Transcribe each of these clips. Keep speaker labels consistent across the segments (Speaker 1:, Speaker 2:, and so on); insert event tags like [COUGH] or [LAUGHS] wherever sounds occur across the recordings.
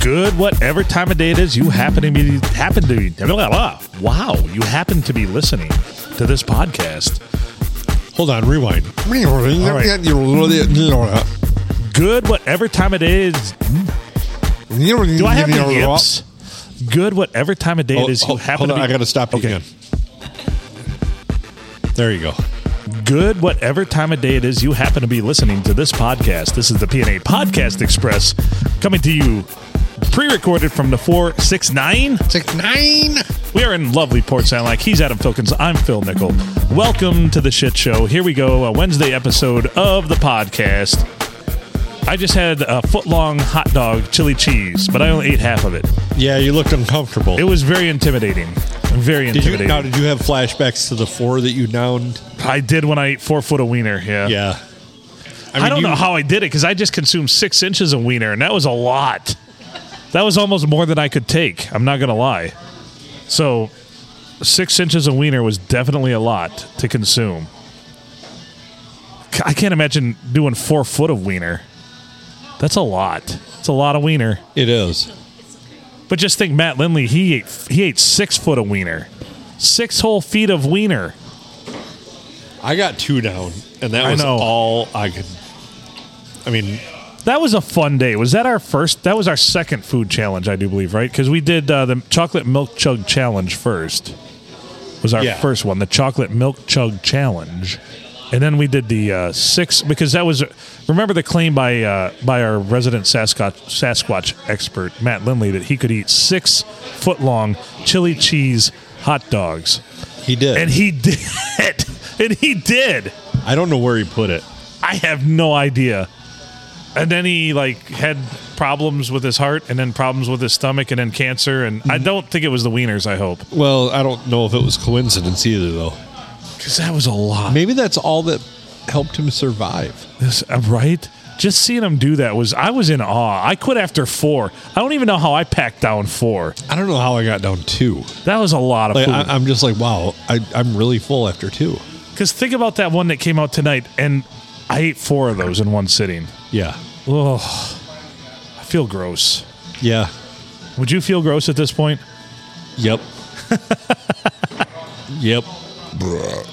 Speaker 1: good whatever time of day it is you happen to be happen to be blah, blah, blah. wow you happen to be listening to this podcast
Speaker 2: Hold on, rewind.
Speaker 1: right.
Speaker 2: Do
Speaker 1: good whatever time of day it is do I have the yips good whatever time of day it is you
Speaker 2: Hold,
Speaker 1: happen
Speaker 2: hold on,
Speaker 1: to be
Speaker 2: I got to stop you
Speaker 1: Okay.
Speaker 2: again. There you go.
Speaker 1: good whatever time of day it is you happen to be listening to this podcast this is the PNA Podcast Express coming to you pre-recorded from the 469
Speaker 2: Six nine.
Speaker 1: We are in lovely Port Sound Lake. He's Adam Filkins. I'm Phil Nickel. Welcome to the shit show. Here we go, a Wednesday episode of the podcast. I just had a foot long hot dog, chili cheese, but I only ate half of it.
Speaker 2: Yeah, you looked uncomfortable.
Speaker 1: It was very intimidating. Very
Speaker 2: did you
Speaker 1: intimidating.
Speaker 2: now? Did you have flashbacks to the four that you downed?
Speaker 1: I did when I ate four foot of wiener. Yeah.
Speaker 2: Yeah. mean,
Speaker 1: I don't
Speaker 2: you-
Speaker 1: know how I did it because I just consumed six inches of wiener, and that was a lot. That was almost more than I could take. I'm not going to lie. So, six inches of wiener was definitely a lot to consume. C- I can't imagine doing four foot of wiener. That's a lot. It's a lot of wiener.
Speaker 2: It is.
Speaker 1: But just think, Matt Lindley, he ate he ate six foot of wiener, six whole feet of wiener.
Speaker 2: I got two down, and that
Speaker 1: I
Speaker 2: was
Speaker 1: know.
Speaker 2: all I could. I mean,
Speaker 1: That was a fun day. Was that our first? That was our second food challenge, I do believe, right? Because we did uh, the chocolate milk chug challenge first. Was our
Speaker 2: Yeah.
Speaker 1: first one the chocolate milk chug challenge, and then we did the uh, six because that was remember the claim by uh, by our resident Sasquatch Sasquatch expert Matt Lindley that he could eat six foot long chili cheese hot dogs,
Speaker 2: he did.
Speaker 1: and he [LAUGHS] did, and he did.
Speaker 2: I don't know where he put it.
Speaker 1: I have no idea. And then he like had problems with his heart, and then problems with his stomach, and then cancer. And
Speaker 2: Mm-hmm.
Speaker 1: I don't think it was the wieners. I hope
Speaker 2: Well, I don't know if it was coincidence either, though.
Speaker 1: because that was a lot.
Speaker 2: Maybe that's all that helped him survive.
Speaker 1: This- uh, right? Just seeing him do that was I was in awe. I quit after four. I don't even know how I packed down four.
Speaker 2: I don't know how I got down two.
Speaker 1: That was a lot of
Speaker 2: Like,
Speaker 1: food.
Speaker 2: I, I'm just like, wow, I, I'm really full after two.
Speaker 1: Because think about that one that came out tonight, and I ate four of those in one sitting.
Speaker 2: Yeah.
Speaker 1: Ugh, I feel gross.
Speaker 2: Yeah.
Speaker 1: Would you feel gross at this point?
Speaker 2: Yep. [LAUGHS] yep.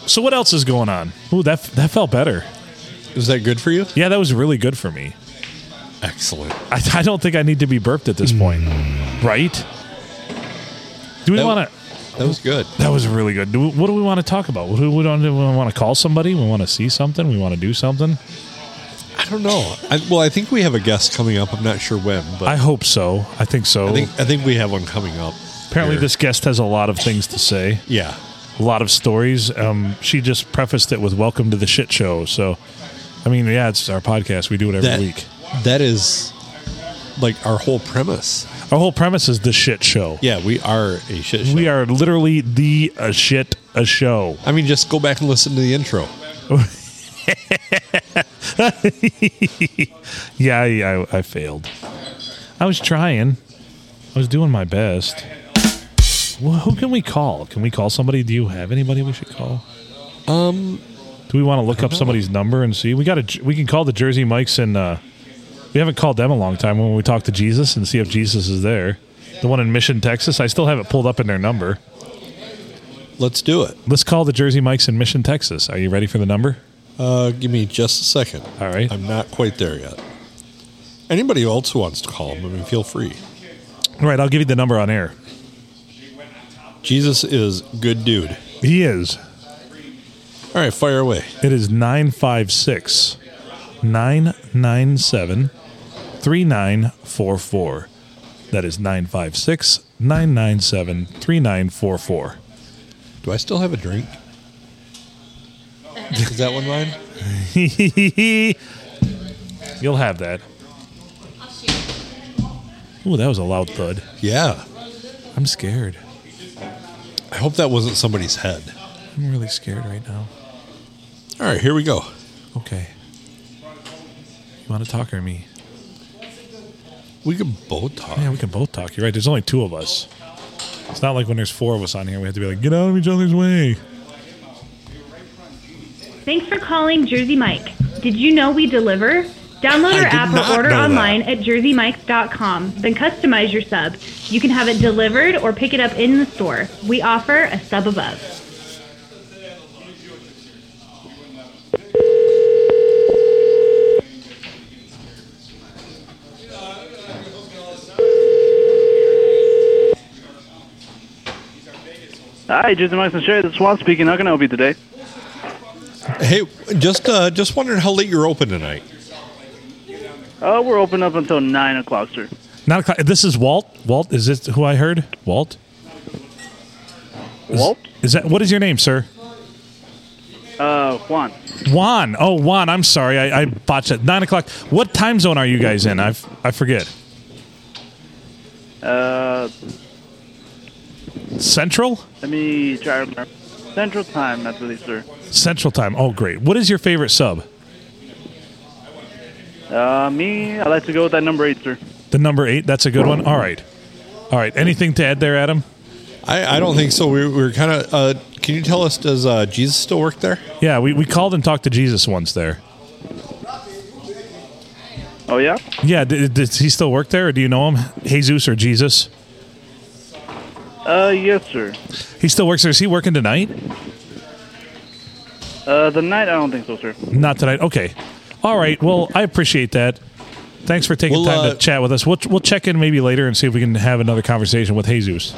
Speaker 1: So what else is going on? Ooh, that that felt better.
Speaker 2: Is that good for you?
Speaker 1: Yeah, that was really good for me.
Speaker 2: Excellent.
Speaker 1: I, [LAUGHS] I don't think I need to be burped at this point, right? Do we
Speaker 2: That-
Speaker 1: want to?
Speaker 2: That was good.
Speaker 1: That was really good. Do, what do we want to talk about? Who we don't we want to call somebody? We want to see something. We want to do something.
Speaker 2: I don't know. I, well, I think we have a guest coming up. I'm not sure when, but
Speaker 1: I hope so. I think so.
Speaker 2: I think I think we have one coming up.
Speaker 1: Apparently,
Speaker 2: here.
Speaker 1: this guest has a lot of things to say,
Speaker 2: Yeah.
Speaker 1: a lot of stories. Um, she just prefaced it with "Welcome to the shit show." So, I mean, yeah, it's our podcast. We do it every
Speaker 2: That
Speaker 1: week.
Speaker 2: that is like our whole premise.
Speaker 1: Our whole premise is the shit show.
Speaker 2: Yeah, we are a shit show.
Speaker 1: We are literally the a shit a show.
Speaker 2: I mean, just go back and listen to the intro.
Speaker 1: Yeah, I, I, I failed. I was trying. I was doing my best. Well, who can we call? Can we call somebody? Do you have anybody we should call?
Speaker 2: Um,
Speaker 1: Do we want to look up somebody's number and see? We got to. We can call the Jersey Mikes and uh, we haven't called them a long time. When we talk to Jesus and see if Jesus is there, the one in Mission, Texas. I still have it pulled up in their number.
Speaker 2: let's do it.
Speaker 1: Let's call the Jersey Mikes in Mission, Texas. Are you ready for the number?
Speaker 2: Uh, give me just a second.
Speaker 1: All right.
Speaker 2: I'm not quite there yet. Anybody else who wants to call him, I mean, feel free.
Speaker 1: All right, I'll give you the number on air.
Speaker 2: Jesus is good dude.
Speaker 1: He is.
Speaker 2: All right, fire away.
Speaker 1: It is 956 997 3944. That is 956 997 [LAUGHS] 3944.
Speaker 2: Do I still have a drink? Is that one mine?
Speaker 1: You'll have that. Ooh, that was a loud thud.
Speaker 2: Yeah.
Speaker 1: I'm scared.
Speaker 2: I hope that wasn't somebody's head.
Speaker 1: I'm really scared right now.
Speaker 2: All right, here we go.
Speaker 1: Okay. You want to talk or me?
Speaker 2: We can both talk.
Speaker 1: Yeah, we can both talk. You're right. There's only two of us. It's not like when there's four of us on here, we have to be like, get out of each other's way.
Speaker 3: Thanks for calling Jersey Mike. Did you know we deliver? Download
Speaker 2: I
Speaker 3: our
Speaker 2: did
Speaker 3: app
Speaker 2: not
Speaker 3: or order
Speaker 2: know
Speaker 3: online
Speaker 2: that.
Speaker 3: at jerseymikes.com. Then customize your sub. You can have it delivered or pick it up in the store. We offer a sub above.
Speaker 4: Hi, Jason Mike's and Sherry. This is Juan speaking. How can I help you today?
Speaker 2: Hey, just uh, just wondering how late you're open tonight.
Speaker 4: Uh, we're open up until 9 o'clock, sir.
Speaker 1: Not a cl- this is Walt. Walt, is this who I heard? Walt. Is-
Speaker 4: Walt?
Speaker 1: Is that what is your name, sir?
Speaker 4: Uh, Juan.
Speaker 1: Juan. Oh, Juan. I'm sorry, I, I botched it. Nine o'clock. What time zone are you guys in? I f- I forget.
Speaker 4: Uh,
Speaker 1: Central.
Speaker 4: let me try to remember. Central Time, I believe, sir.
Speaker 1: Central time. Oh, great. What is your favorite sub?
Speaker 4: Uh, me, I like to go with that number 8, sir.
Speaker 1: The number eight. That's a good one. All right. All right. Anything to add there, Adam?
Speaker 2: I, I don't think so. We, we're kind of. Uh, can you tell us? Does uh, Jesus still work there?
Speaker 1: Yeah, we, we called and talked to Jesus once there.
Speaker 4: Oh, yeah?
Speaker 1: Yeah, d- does he still work there, or do you know him? Jesus or Jesus?
Speaker 4: Uh, yes, sir.
Speaker 1: He still works there. Is he working tonight?
Speaker 4: Uh, the night, I don't think so, sir.
Speaker 1: Not tonight. Okay. All right. Well, I appreciate that. Thanks for taking
Speaker 2: Well,
Speaker 1: time
Speaker 2: uh,
Speaker 1: to chat with us. We'll, we'll check in maybe later and see if we can have another conversation with Jesus.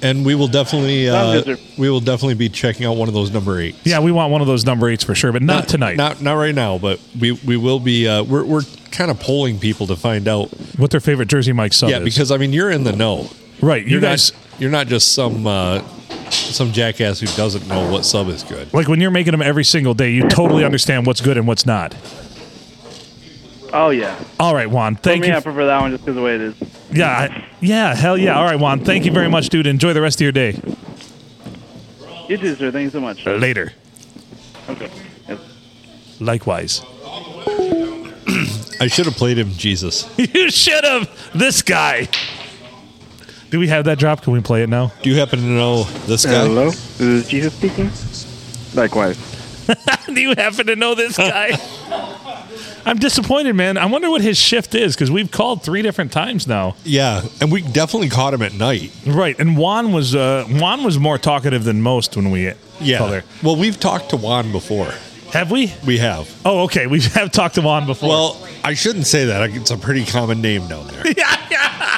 Speaker 2: And we will definitely. Uh,
Speaker 4: Sounds good, sir.
Speaker 2: we will definitely be checking out one of those number eight.
Speaker 1: Yeah, we want one of those number eights for sure, but not, tonight.
Speaker 2: Not not right now, but we we will be. Uh, we're we're kind of polling people to find out.
Speaker 1: what their favorite Jersey Mike sub
Speaker 2: Yeah,
Speaker 1: is.
Speaker 2: because I mean you're in the know.
Speaker 1: right, you
Speaker 2: You're
Speaker 1: guys
Speaker 2: not you're not just some uh, some jackass who doesn't know what sub is good.
Speaker 1: like when you're making them every single day, you totally understand what's good and what's not.
Speaker 4: Oh, yeah.
Speaker 1: All right, Juan. Thank
Speaker 4: for me,
Speaker 1: you.
Speaker 4: I prefer that one just because the way it is.
Speaker 1: Yeah, I- yeah, hell yeah. All right, Juan. Thank you very much, dude. Enjoy the rest of your day.
Speaker 4: You too, sir. Thank you so much.
Speaker 1: Later.
Speaker 4: Okay. Yes.
Speaker 1: Likewise. [LAUGHS]
Speaker 2: I should have played him Jesus.
Speaker 1: you should have. This guy. Do we have that drop? Can we play it now?
Speaker 2: Do you happen to know this guy?
Speaker 5: Hello, this is Jesus speaking. Likewise.
Speaker 1: [LAUGHS] Do you happen to know this [LAUGHS] guy? I'm disappointed, man. I wonder what his shift is because we've called three different times now.
Speaker 2: Yeah, and we definitely caught him at night.
Speaker 1: Right, and Juan was uh, Juan was more talkative than most when we
Speaker 2: Yeah.
Speaker 1: called her.
Speaker 2: Well, we've talked to Juan before.
Speaker 1: Have we?
Speaker 2: We have.
Speaker 1: Oh, okay. We [LAUGHS] have talked to Juan before. [LAUGHS]
Speaker 2: Well, I shouldn't say that. It's a pretty common name down there.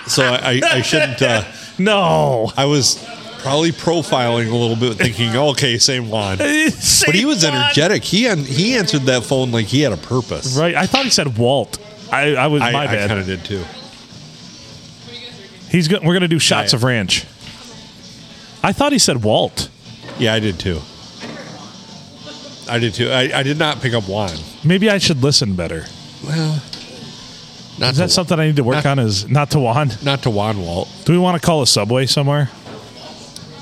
Speaker 2: So I, I, I shouldn't. Uh,
Speaker 1: no.
Speaker 2: I was probably profiling a little bit, thinking, okay, same Juan. But he was energetic. He an, he answered that phone like he had a purpose.
Speaker 1: Right. I thought he said Walt. I, I was
Speaker 2: I,
Speaker 1: my bad.
Speaker 2: kind of did too.
Speaker 1: He's go- we're gonna do shots
Speaker 2: yeah.
Speaker 1: of ranch. I thought he said Walt.
Speaker 2: Yeah, I did too. I did too. I, I did not pick up Juan.
Speaker 1: Maybe I should listen better.
Speaker 2: Well, not
Speaker 1: Is
Speaker 2: to,
Speaker 1: that something I need to work
Speaker 2: Nah.
Speaker 1: on? Is not to Juan?
Speaker 2: not to Juan Walt.
Speaker 1: Do we want to call a subway somewhere?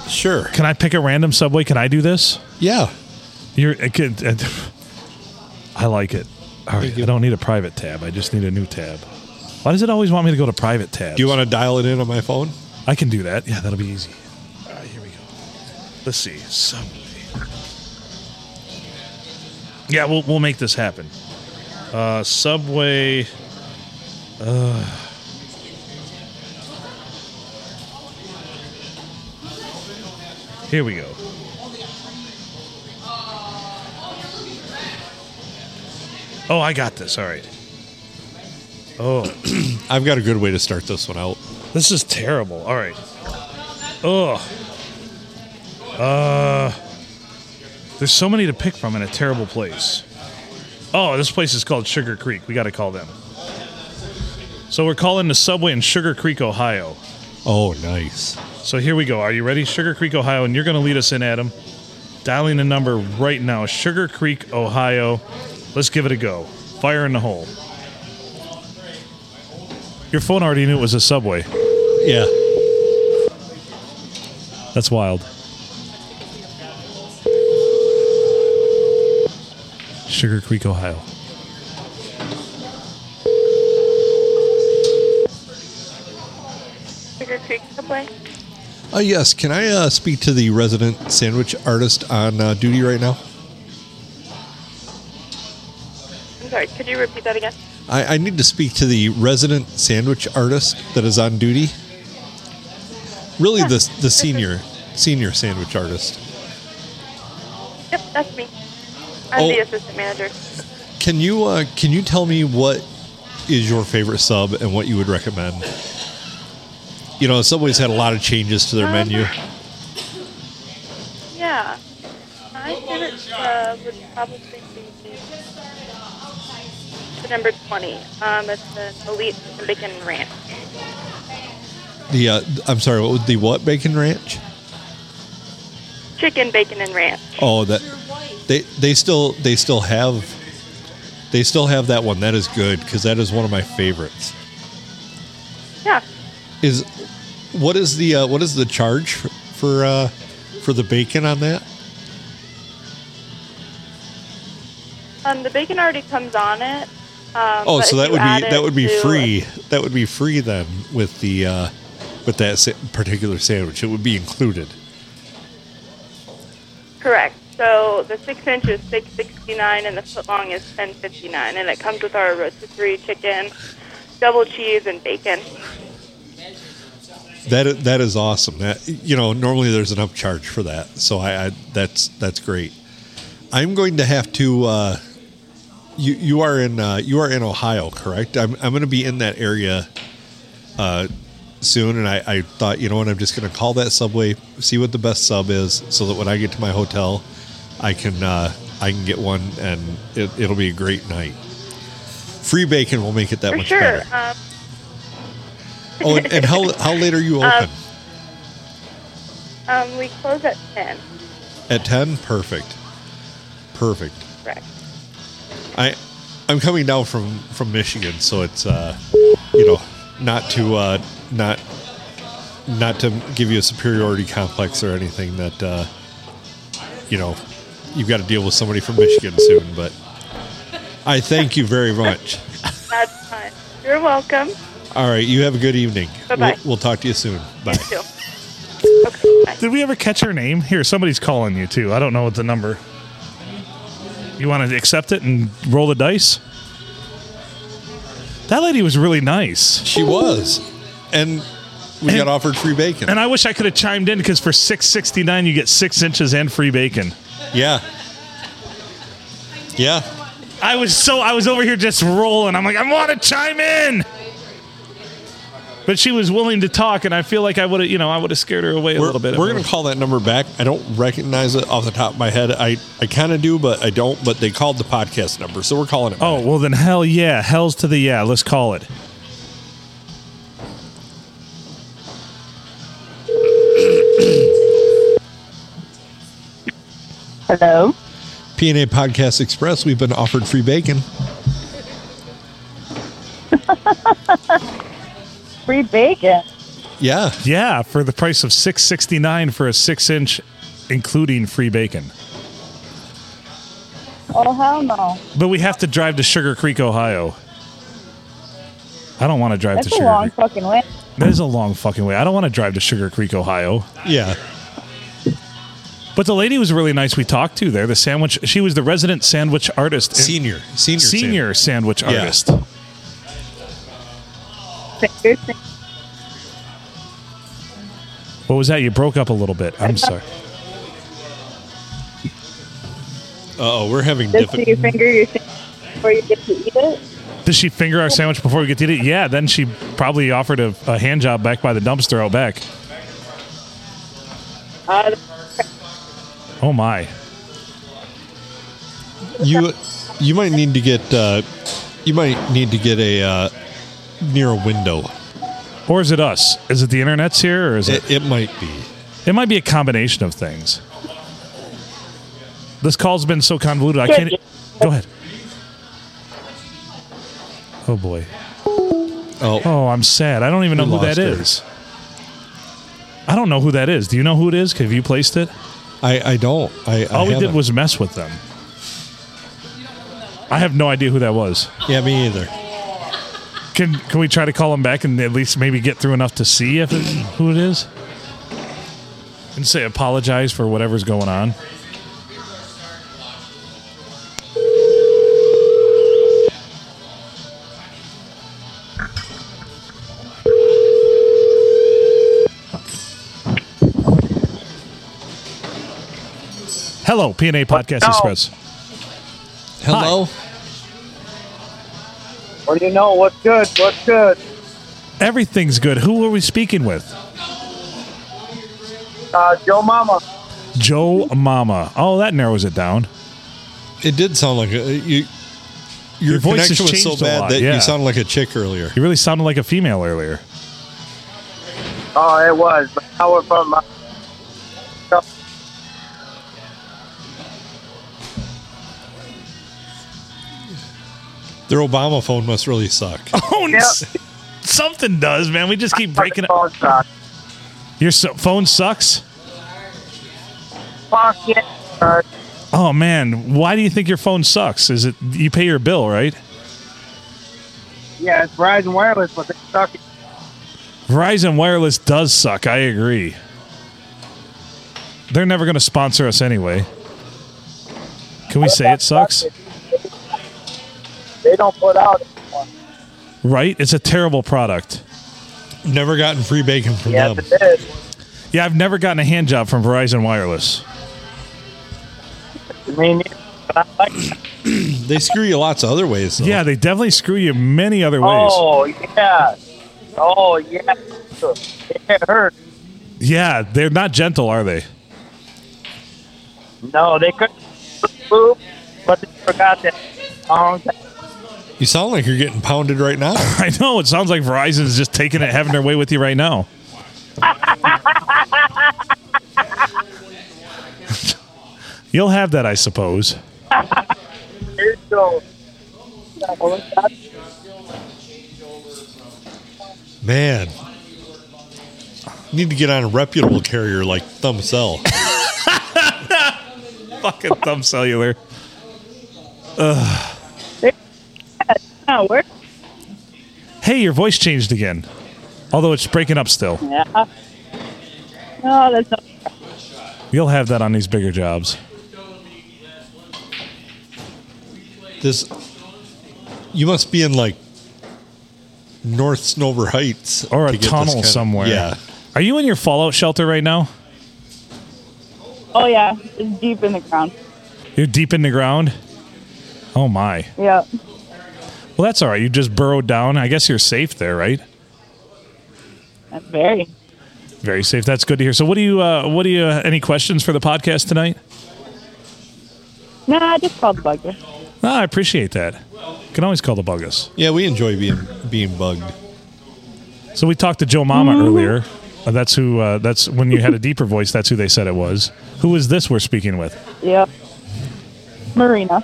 Speaker 2: Sure.
Speaker 1: Can I pick a random subway? Can I do this?
Speaker 2: Yeah.
Speaker 1: You're. I, can, [SIGHS] I like it. All right.
Speaker 2: you.
Speaker 1: I don't need a private tab. I just need a new tab. Why does it always want me to go to private tabs?
Speaker 2: Do you want to dial it in on my phone?
Speaker 1: I can do that. Yeah, that'll be easy. All right, here we go. Let's see. Subway. Yeah, we'll, we'll make this happen. Uh, Subway. Uh, here we go. Oh, I got this. All right. Oh.
Speaker 2: I've got a good way to start this one out.
Speaker 1: This is terrible. All right. Ugh. Uh. There's so many to pick from in a terrible place. Oh, this place is called Sugar Creek. We got to call them. So we're calling the subway in Sugar Creek, Ohio.
Speaker 2: Oh, nice.
Speaker 1: So here we go. Are you ready? Sugar Creek, Ohio, and you're going to lead us in, Adam. Dialing the number right now. Sugar Creek, Ohio. Let's give it a go. Fire in the hole. Your phone already knew it was a subway.
Speaker 2: Yeah.
Speaker 1: That's wild. Sugar Creek, Ohio.
Speaker 6: Sugar Creek Subway.
Speaker 2: Uh, yes. Can I uh, speak to the resident sandwich artist on uh, duty right now?
Speaker 6: I'm sorry, could you repeat that again?
Speaker 2: I, I need to speak to the resident sandwich artist that is on duty. Really, the the senior senior sandwich artist.
Speaker 6: Yep, that's me. I'm
Speaker 2: Oh.
Speaker 6: the assistant manager.
Speaker 2: Can you uh, can you tell me what is your favorite sub and what you would recommend? You know, Subway's had a lot of changes to their
Speaker 6: Um,
Speaker 2: menu.
Speaker 6: Yeah. My favorite sub would probably be the number 20. Um, it's an elite chicken bacon ranch.
Speaker 2: The uh, I'm sorry, what was the what bacon ranch?
Speaker 6: Chicken bacon and ranch.
Speaker 2: Oh, that they they still they still have they still have that one. That is good because that is one of my favorites.
Speaker 6: Yeah.
Speaker 2: Is what is the uh, what is the charge for for, uh, for the bacon on that?
Speaker 6: Um, the bacon already comes on it. Um,
Speaker 2: Oh,
Speaker 6: but
Speaker 2: so
Speaker 6: if
Speaker 2: that
Speaker 6: you
Speaker 2: would
Speaker 6: add
Speaker 2: be
Speaker 6: it
Speaker 2: that would be
Speaker 6: to-
Speaker 2: free. That would be free then with the uh, with that sa- particular sandwich. It would be included.
Speaker 6: Correct. So the six inch is six sixty nine, and the foot long is ten fifty nine, and it comes with our rotisserie chicken, double cheese, and bacon.
Speaker 2: That i- that is awesome. That you know normally there's an upcharge for that. So I, I that's that's great. I'm going to have to. Uh, you you are in uh, you are in Ohio, correct? I'm I'm going to be in that area uh, soon, and I, I thought you know what I'm just going to call that Subway, see what the best sub is, so that when I get to my hotel, I can uh, I can get one, and it, it'll be a great night. Free bacon will make it that
Speaker 6: For
Speaker 2: much
Speaker 6: sure.
Speaker 2: better.
Speaker 6: Um,
Speaker 2: Oh, and, and how how late are you open?
Speaker 6: [LAUGHS] Uh, um, we close at ten.
Speaker 2: At ten, perfect, perfect.
Speaker 6: Correct.
Speaker 2: I I'm coming down from from Michigan, so it's uh, you know not to uh, not not to give you a superiority complex or anything that uh, you know you've got to deal with somebody from Michigan soon, but. I thank you very much.
Speaker 6: That's fine. You're welcome.
Speaker 2: All right, you have a good evening.
Speaker 6: Bye-bye.
Speaker 2: We'll, we'll talk to you soon. Bye.
Speaker 6: You too. Okay. Bye.
Speaker 1: Did we ever catch her name? Here, somebody's calling you too. I don't know what the number. You want to accept it and roll the dice? That lady was really nice.
Speaker 2: She was, and we got offered free bacon.
Speaker 1: And I wish I could have chimed in because for six sixty nine you get six inches and free bacon.
Speaker 2: Yeah. Yeah.
Speaker 1: I was so I was over here just rolling. I'm like, I want to chime in. But she was willing to talk, and I feel like I would have, you know, I would have scared her away a
Speaker 2: We're,
Speaker 1: little bit.
Speaker 2: we're going to call that number back. I don't recognize it off the top of my head. I, I kind of do, but I don't. But they called the podcast number, so we're calling it.
Speaker 1: oh well, then hell yeah, hell's to the yeah. Let's call it.
Speaker 7: Hello.
Speaker 1: Oh.
Speaker 2: PNA Podcast Express. We've been offered free bacon.
Speaker 7: [LAUGHS] Free bacon.
Speaker 2: Yeah.
Speaker 1: Yeah, for the price of six sixty nine for a six inch, including free bacon.
Speaker 7: Oh hell no.
Speaker 1: But we have to drive to Sugar Creek, Ohio. I don't want to drive
Speaker 7: That's
Speaker 1: to
Speaker 7: a
Speaker 1: Sugar.
Speaker 7: long
Speaker 1: Creek.
Speaker 7: fucking way.
Speaker 1: That is a long fucking way. I don't want to drive to Sugar Creek, Ohio.
Speaker 2: Yeah.
Speaker 1: But the lady was really nice. We talked to there. The sandwich. She was the resident sandwich artist. in-
Speaker 2: Senior. Senior.
Speaker 1: senior sandwich
Speaker 2: Yeah.
Speaker 1: artist.
Speaker 7: Seriously.
Speaker 1: What was that? You broke up a little bit. I'm sorry.
Speaker 2: Oh, we're having
Speaker 7: Just do you
Speaker 2: difficulty.
Speaker 7: finger your sandwich before you get to eat it?
Speaker 1: Did she finger our sandwich before we get to eat it? Yeah. Then she probably offered a, a hand job back by the dumpster out back.
Speaker 7: Uh,
Speaker 1: Oh my.
Speaker 2: You you might need to get uh, you might need to get a uh, near a window.
Speaker 1: Or is it us? Is it the internet's here, or is it?
Speaker 2: It, it might be.
Speaker 1: It might be a combination of things. This call's been so convoluted. I can't. e-, Go ahead. Oh boy.
Speaker 2: Oh,
Speaker 1: Oh, I'm sad. I don't even know
Speaker 2: We
Speaker 1: who that
Speaker 2: lost her.
Speaker 1: is. I don't know who that is. Do you know who it is? Have you placed it?
Speaker 2: I, I don't. I, I
Speaker 1: All we did
Speaker 2: haven't.
Speaker 1: was mess with them. I have no idea who that was.
Speaker 2: yeah, me either.
Speaker 1: Can can we try to call him back and at least maybe get through enough to see if it, who it is, and say apologize for whatever's going on? Hello, PNA Podcast
Speaker 5: No.
Speaker 1: Express.
Speaker 2: Hello.
Speaker 5: What do you know? What's good? What's good?
Speaker 1: Everything's good. Who are we speaking with?
Speaker 5: Uh, Joe Mama.
Speaker 1: Joe Mama. Oh, that narrows it down.
Speaker 2: It did sound like a, you. Your,
Speaker 1: Your voice has
Speaker 2: connection was so
Speaker 1: changed a
Speaker 2: bad
Speaker 1: lot,
Speaker 2: that
Speaker 1: yeah.
Speaker 2: you sounded like a chick earlier.
Speaker 1: You really sounded like a female earlier.
Speaker 5: Oh, it was. But now we're from. Uh,
Speaker 2: Their Obama phone must
Speaker 1: [LAUGHS]
Speaker 2: really suck.
Speaker 1: [LAUGHS] Oh, n-
Speaker 5: Yep.
Speaker 1: something does, man. We just keep breaking up.
Speaker 5: Fuck yeah.
Speaker 1: Your so- phone sucks?
Speaker 5: Fuck yeah. Uh,
Speaker 1: Oh, man. Why do you think your phone sucks? Is it you pay your bill, right?
Speaker 5: yeah, it's Verizon Wireless, but they suck.
Speaker 1: Verizon Wireless does suck. I agree. They're never going to sponsor us anyway. Can we say it sucks?
Speaker 5: They don't put out anymore.
Speaker 1: Right? It's a terrible product.
Speaker 2: Never gotten free bacon from
Speaker 5: Yes,
Speaker 2: them.
Speaker 5: it is.
Speaker 1: Yeah, I've never gotten a hand job from Verizon Wireless.
Speaker 5: I mean, I like it.
Speaker 2: They screw you lots of other ways. Though.
Speaker 1: Yeah, they definitely screw you many other ways.
Speaker 5: Oh, yeah. Oh, yeah. It hurt.
Speaker 1: Yeah, they're not gentle, are they?
Speaker 5: No, they couldn't boop, but they forgot that Oh, long time.
Speaker 2: you sound like you're getting pounded right now.
Speaker 1: [LAUGHS] I know. It sounds like Verizon's just taking it, having their way with you right now. [LAUGHS] You'll have that, I suppose.
Speaker 5: years ago.
Speaker 2: Man, need to get on a reputable carrier like Thumb Cell.
Speaker 1: Fucking thumb cellular.
Speaker 7: Oh, where?
Speaker 1: Hey, your voice changed again. Although it's breaking up still.
Speaker 7: Yeah. No, that's not.
Speaker 1: You'll have that on these bigger jobs.
Speaker 2: This, you must be in like North Snover Heights
Speaker 1: Or a
Speaker 2: to get this
Speaker 1: tunnel
Speaker 2: kinda-
Speaker 1: somewhere.
Speaker 2: yeah,
Speaker 1: Are you in your fallout shelter right now?
Speaker 7: Oh, yeah. It's deep in the ground.
Speaker 1: You're deep in the ground? Oh my.
Speaker 7: Yeah.
Speaker 1: Well that's alright. You just burrowed down. I guess you're safe there, right?
Speaker 7: That's very.
Speaker 1: Very safe. That's good to hear. So what do you uh what do you uh, any questions for the podcast tonight?
Speaker 7: Nah, I just called the bugger.
Speaker 1: No, Ah, I appreciate that. Can always call the buggers.
Speaker 2: yeah. We enjoy being being bugged.
Speaker 1: So we talked to Joe Mama
Speaker 7: Mm-hmm.
Speaker 1: earlier. Uh, that's who. Uh, that's when you had a deeper voice. That's who they said it was. Who is this we're speaking with?
Speaker 7: Yep. Marina.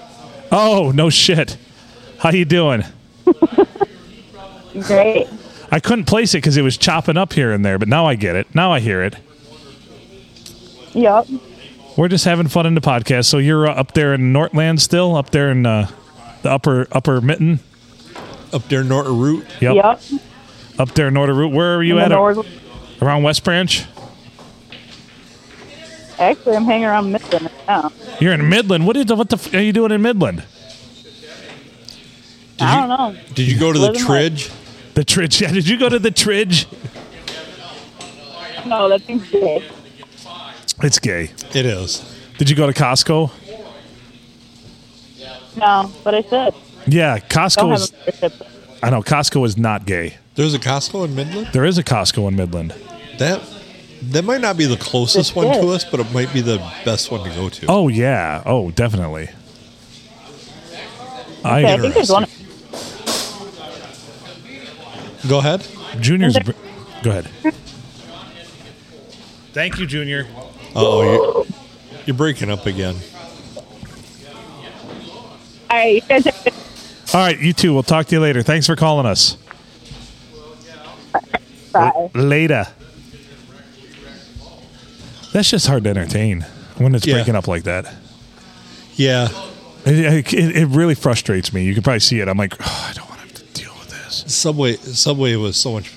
Speaker 1: Oh no shit. How you doing?
Speaker 7: Great.
Speaker 1: I couldn't place it because it was chopping up here and there, but now I get it. Now I hear it.
Speaker 7: Yep.
Speaker 1: We're just having fun in the podcast. So you're uh, up there in Nortland still, up there in uh, the upper upper mitten.
Speaker 2: Up there, North Route.
Speaker 1: Yep.
Speaker 7: Yep.
Speaker 1: Up there in Norter Route. Where are you
Speaker 7: In
Speaker 1: at?
Speaker 7: the north-
Speaker 1: Around West Branch.
Speaker 7: Actually, I'm hanging around Midland right now.
Speaker 1: You're in Midland. What is the, what the f- are you doing in Midland?
Speaker 2: Did
Speaker 7: I
Speaker 2: you-
Speaker 7: don't know.
Speaker 2: Did you go to the
Speaker 7: Living life.
Speaker 2: Tridge?
Speaker 1: The Tridge. [LAUGHS] Yeah, did you go to the Tridge?
Speaker 7: No, that thing's big.
Speaker 1: It's gay.
Speaker 2: It is.
Speaker 1: Did you go to Costco?
Speaker 7: No, but I should.
Speaker 1: Yeah,
Speaker 7: Don't
Speaker 1: Costco
Speaker 7: have
Speaker 1: is.
Speaker 7: a membership.
Speaker 1: I know Costco is not gay.
Speaker 2: There's a Costco in Midland.
Speaker 1: There is a Costco in Midland.
Speaker 2: That that might not be the closest one to us, but it might be the best one to go to.
Speaker 1: Oh yeah. Oh, definitely. I,
Speaker 7: Okay, I think there's one.
Speaker 2: Go ahead.
Speaker 1: Junior's. br- Go ahead. Thank you, Junior.
Speaker 2: Oh, you're, you're breaking up again.
Speaker 7: All right, you guys have
Speaker 1: All right, you two. We'll talk to you later. Thanks for calling us.
Speaker 7: Bye.
Speaker 1: Later. That's just hard to entertain when it's
Speaker 2: Yeah.
Speaker 1: breaking up like that.
Speaker 2: Yeah,
Speaker 1: It, it, it really frustrates me. You can probably see it. I'm like, "Oh, I don't want to have to deal with this.
Speaker 2: Subway. Subway was so much.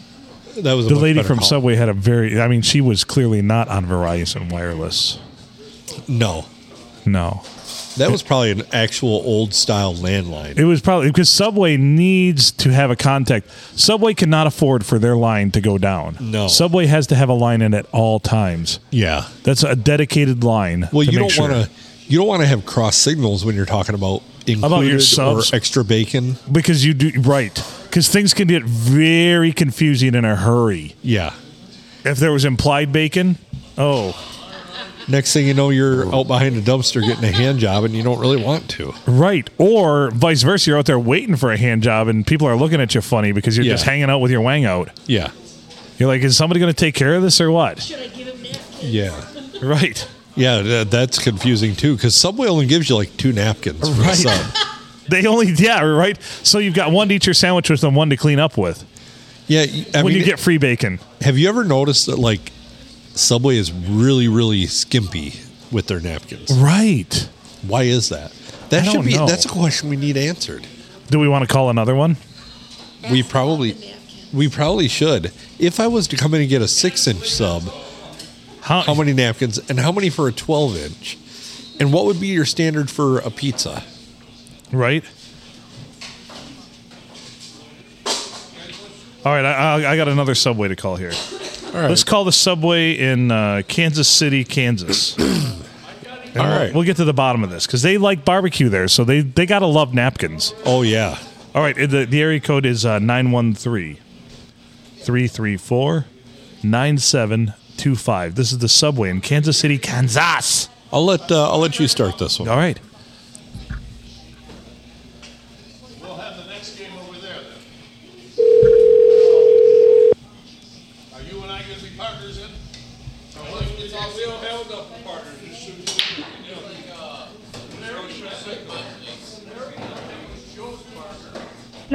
Speaker 2: That was a
Speaker 1: The
Speaker 2: much
Speaker 1: lady
Speaker 2: better
Speaker 1: from
Speaker 2: call.
Speaker 1: Subway had a very. I mean, she was clearly not on Verizon Wireless.
Speaker 2: No,
Speaker 1: No.
Speaker 2: That was probably an actual old style landline.
Speaker 1: It was probably because Subway needs to have a contact. Subway cannot afford for their line to go down.
Speaker 2: No.
Speaker 1: Subway has to have a line in at all times.
Speaker 2: Yeah.
Speaker 1: That's a dedicated line.
Speaker 2: Well,
Speaker 1: to
Speaker 2: you
Speaker 1: make
Speaker 2: don't
Speaker 1: sure.
Speaker 2: want to you don't want to have cross signals when you're talking about included
Speaker 1: about your
Speaker 2: or
Speaker 1: subs?
Speaker 2: extra bacon.
Speaker 1: because you do right because things can get very confusing in a hurry.
Speaker 2: Yeah.
Speaker 1: If there was implied bacon, oh
Speaker 2: Next thing you know, you're out behind a dumpster getting a hand job, and you don't really want to.
Speaker 1: right, or vice versa, you're out there waiting for a hand job and people are looking at you funny because you're
Speaker 2: Yeah.
Speaker 1: just hanging out with your wang out.
Speaker 2: Yeah.
Speaker 1: You're like, is somebody going to take care of this or what?
Speaker 2: Yeah.
Speaker 1: Right.
Speaker 2: Yeah, that, that's confusing too because Subway only gives you like two napkins. For
Speaker 1: Right.
Speaker 2: a sub.
Speaker 1: [LAUGHS] They only, yeah, right. So you've got one to eat your sandwich with and one to clean up with
Speaker 2: Yeah, I
Speaker 1: when
Speaker 2: mean,
Speaker 1: you get free bacon.
Speaker 2: have you ever noticed that like Subway is really, really skimpy with their napkins?
Speaker 1: Right.
Speaker 2: Why is that?
Speaker 1: I
Speaker 2: That
Speaker 1: don't
Speaker 2: should be.
Speaker 1: know.
Speaker 2: That's a question we need answered.
Speaker 1: Do we want to call another one?
Speaker 2: we probably, we probably should. If I was to come in and get a six-inch sub,
Speaker 1: How,
Speaker 2: how many napkins and how many for a twelve-inch? And what would be your standard for a pizza?
Speaker 1: Right. All right, I, I- I got another subway to call here.
Speaker 2: All right.
Speaker 1: Let's call the subway in uh, Kansas City, Kansas.
Speaker 2: [CLEARS THROAT] All right.
Speaker 1: We'll get to the bottom of this because they like barbecue there, so they they gotta love napkins.
Speaker 2: oh yeah.
Speaker 1: All right, the, the area code is uh, 913 334 9725. This is the subway in Kansas City, Kansas.
Speaker 2: I'll let uh, I'll let you start this one.
Speaker 1: All right.
Speaker 8: uh,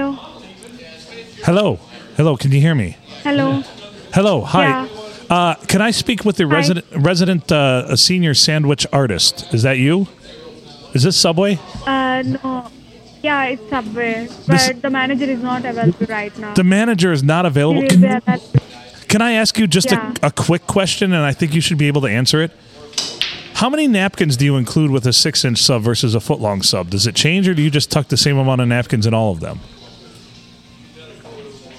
Speaker 3: Hello.
Speaker 1: Hello. Hello, can you hear me?
Speaker 3: Hello.
Speaker 1: Hello, hi.
Speaker 3: Yeah.
Speaker 1: Uh, can I speak with the resident resident uh, a senior sandwich artist? Is that you? Is this Subway?
Speaker 9: Uh, no. Yeah, it's Subway. But
Speaker 1: This-
Speaker 9: the manager is not available right now.
Speaker 1: The manager is not
Speaker 9: He
Speaker 1: available.
Speaker 9: will be
Speaker 1: Can,
Speaker 9: available.
Speaker 1: can I ask you just
Speaker 9: Yeah.
Speaker 1: a, a quick question, and I think you should be able to answer it. How many napkins do you include with a six-inch sub versus a foot-long sub? Does it change, or do you just tuck the same amount of napkins in all of them?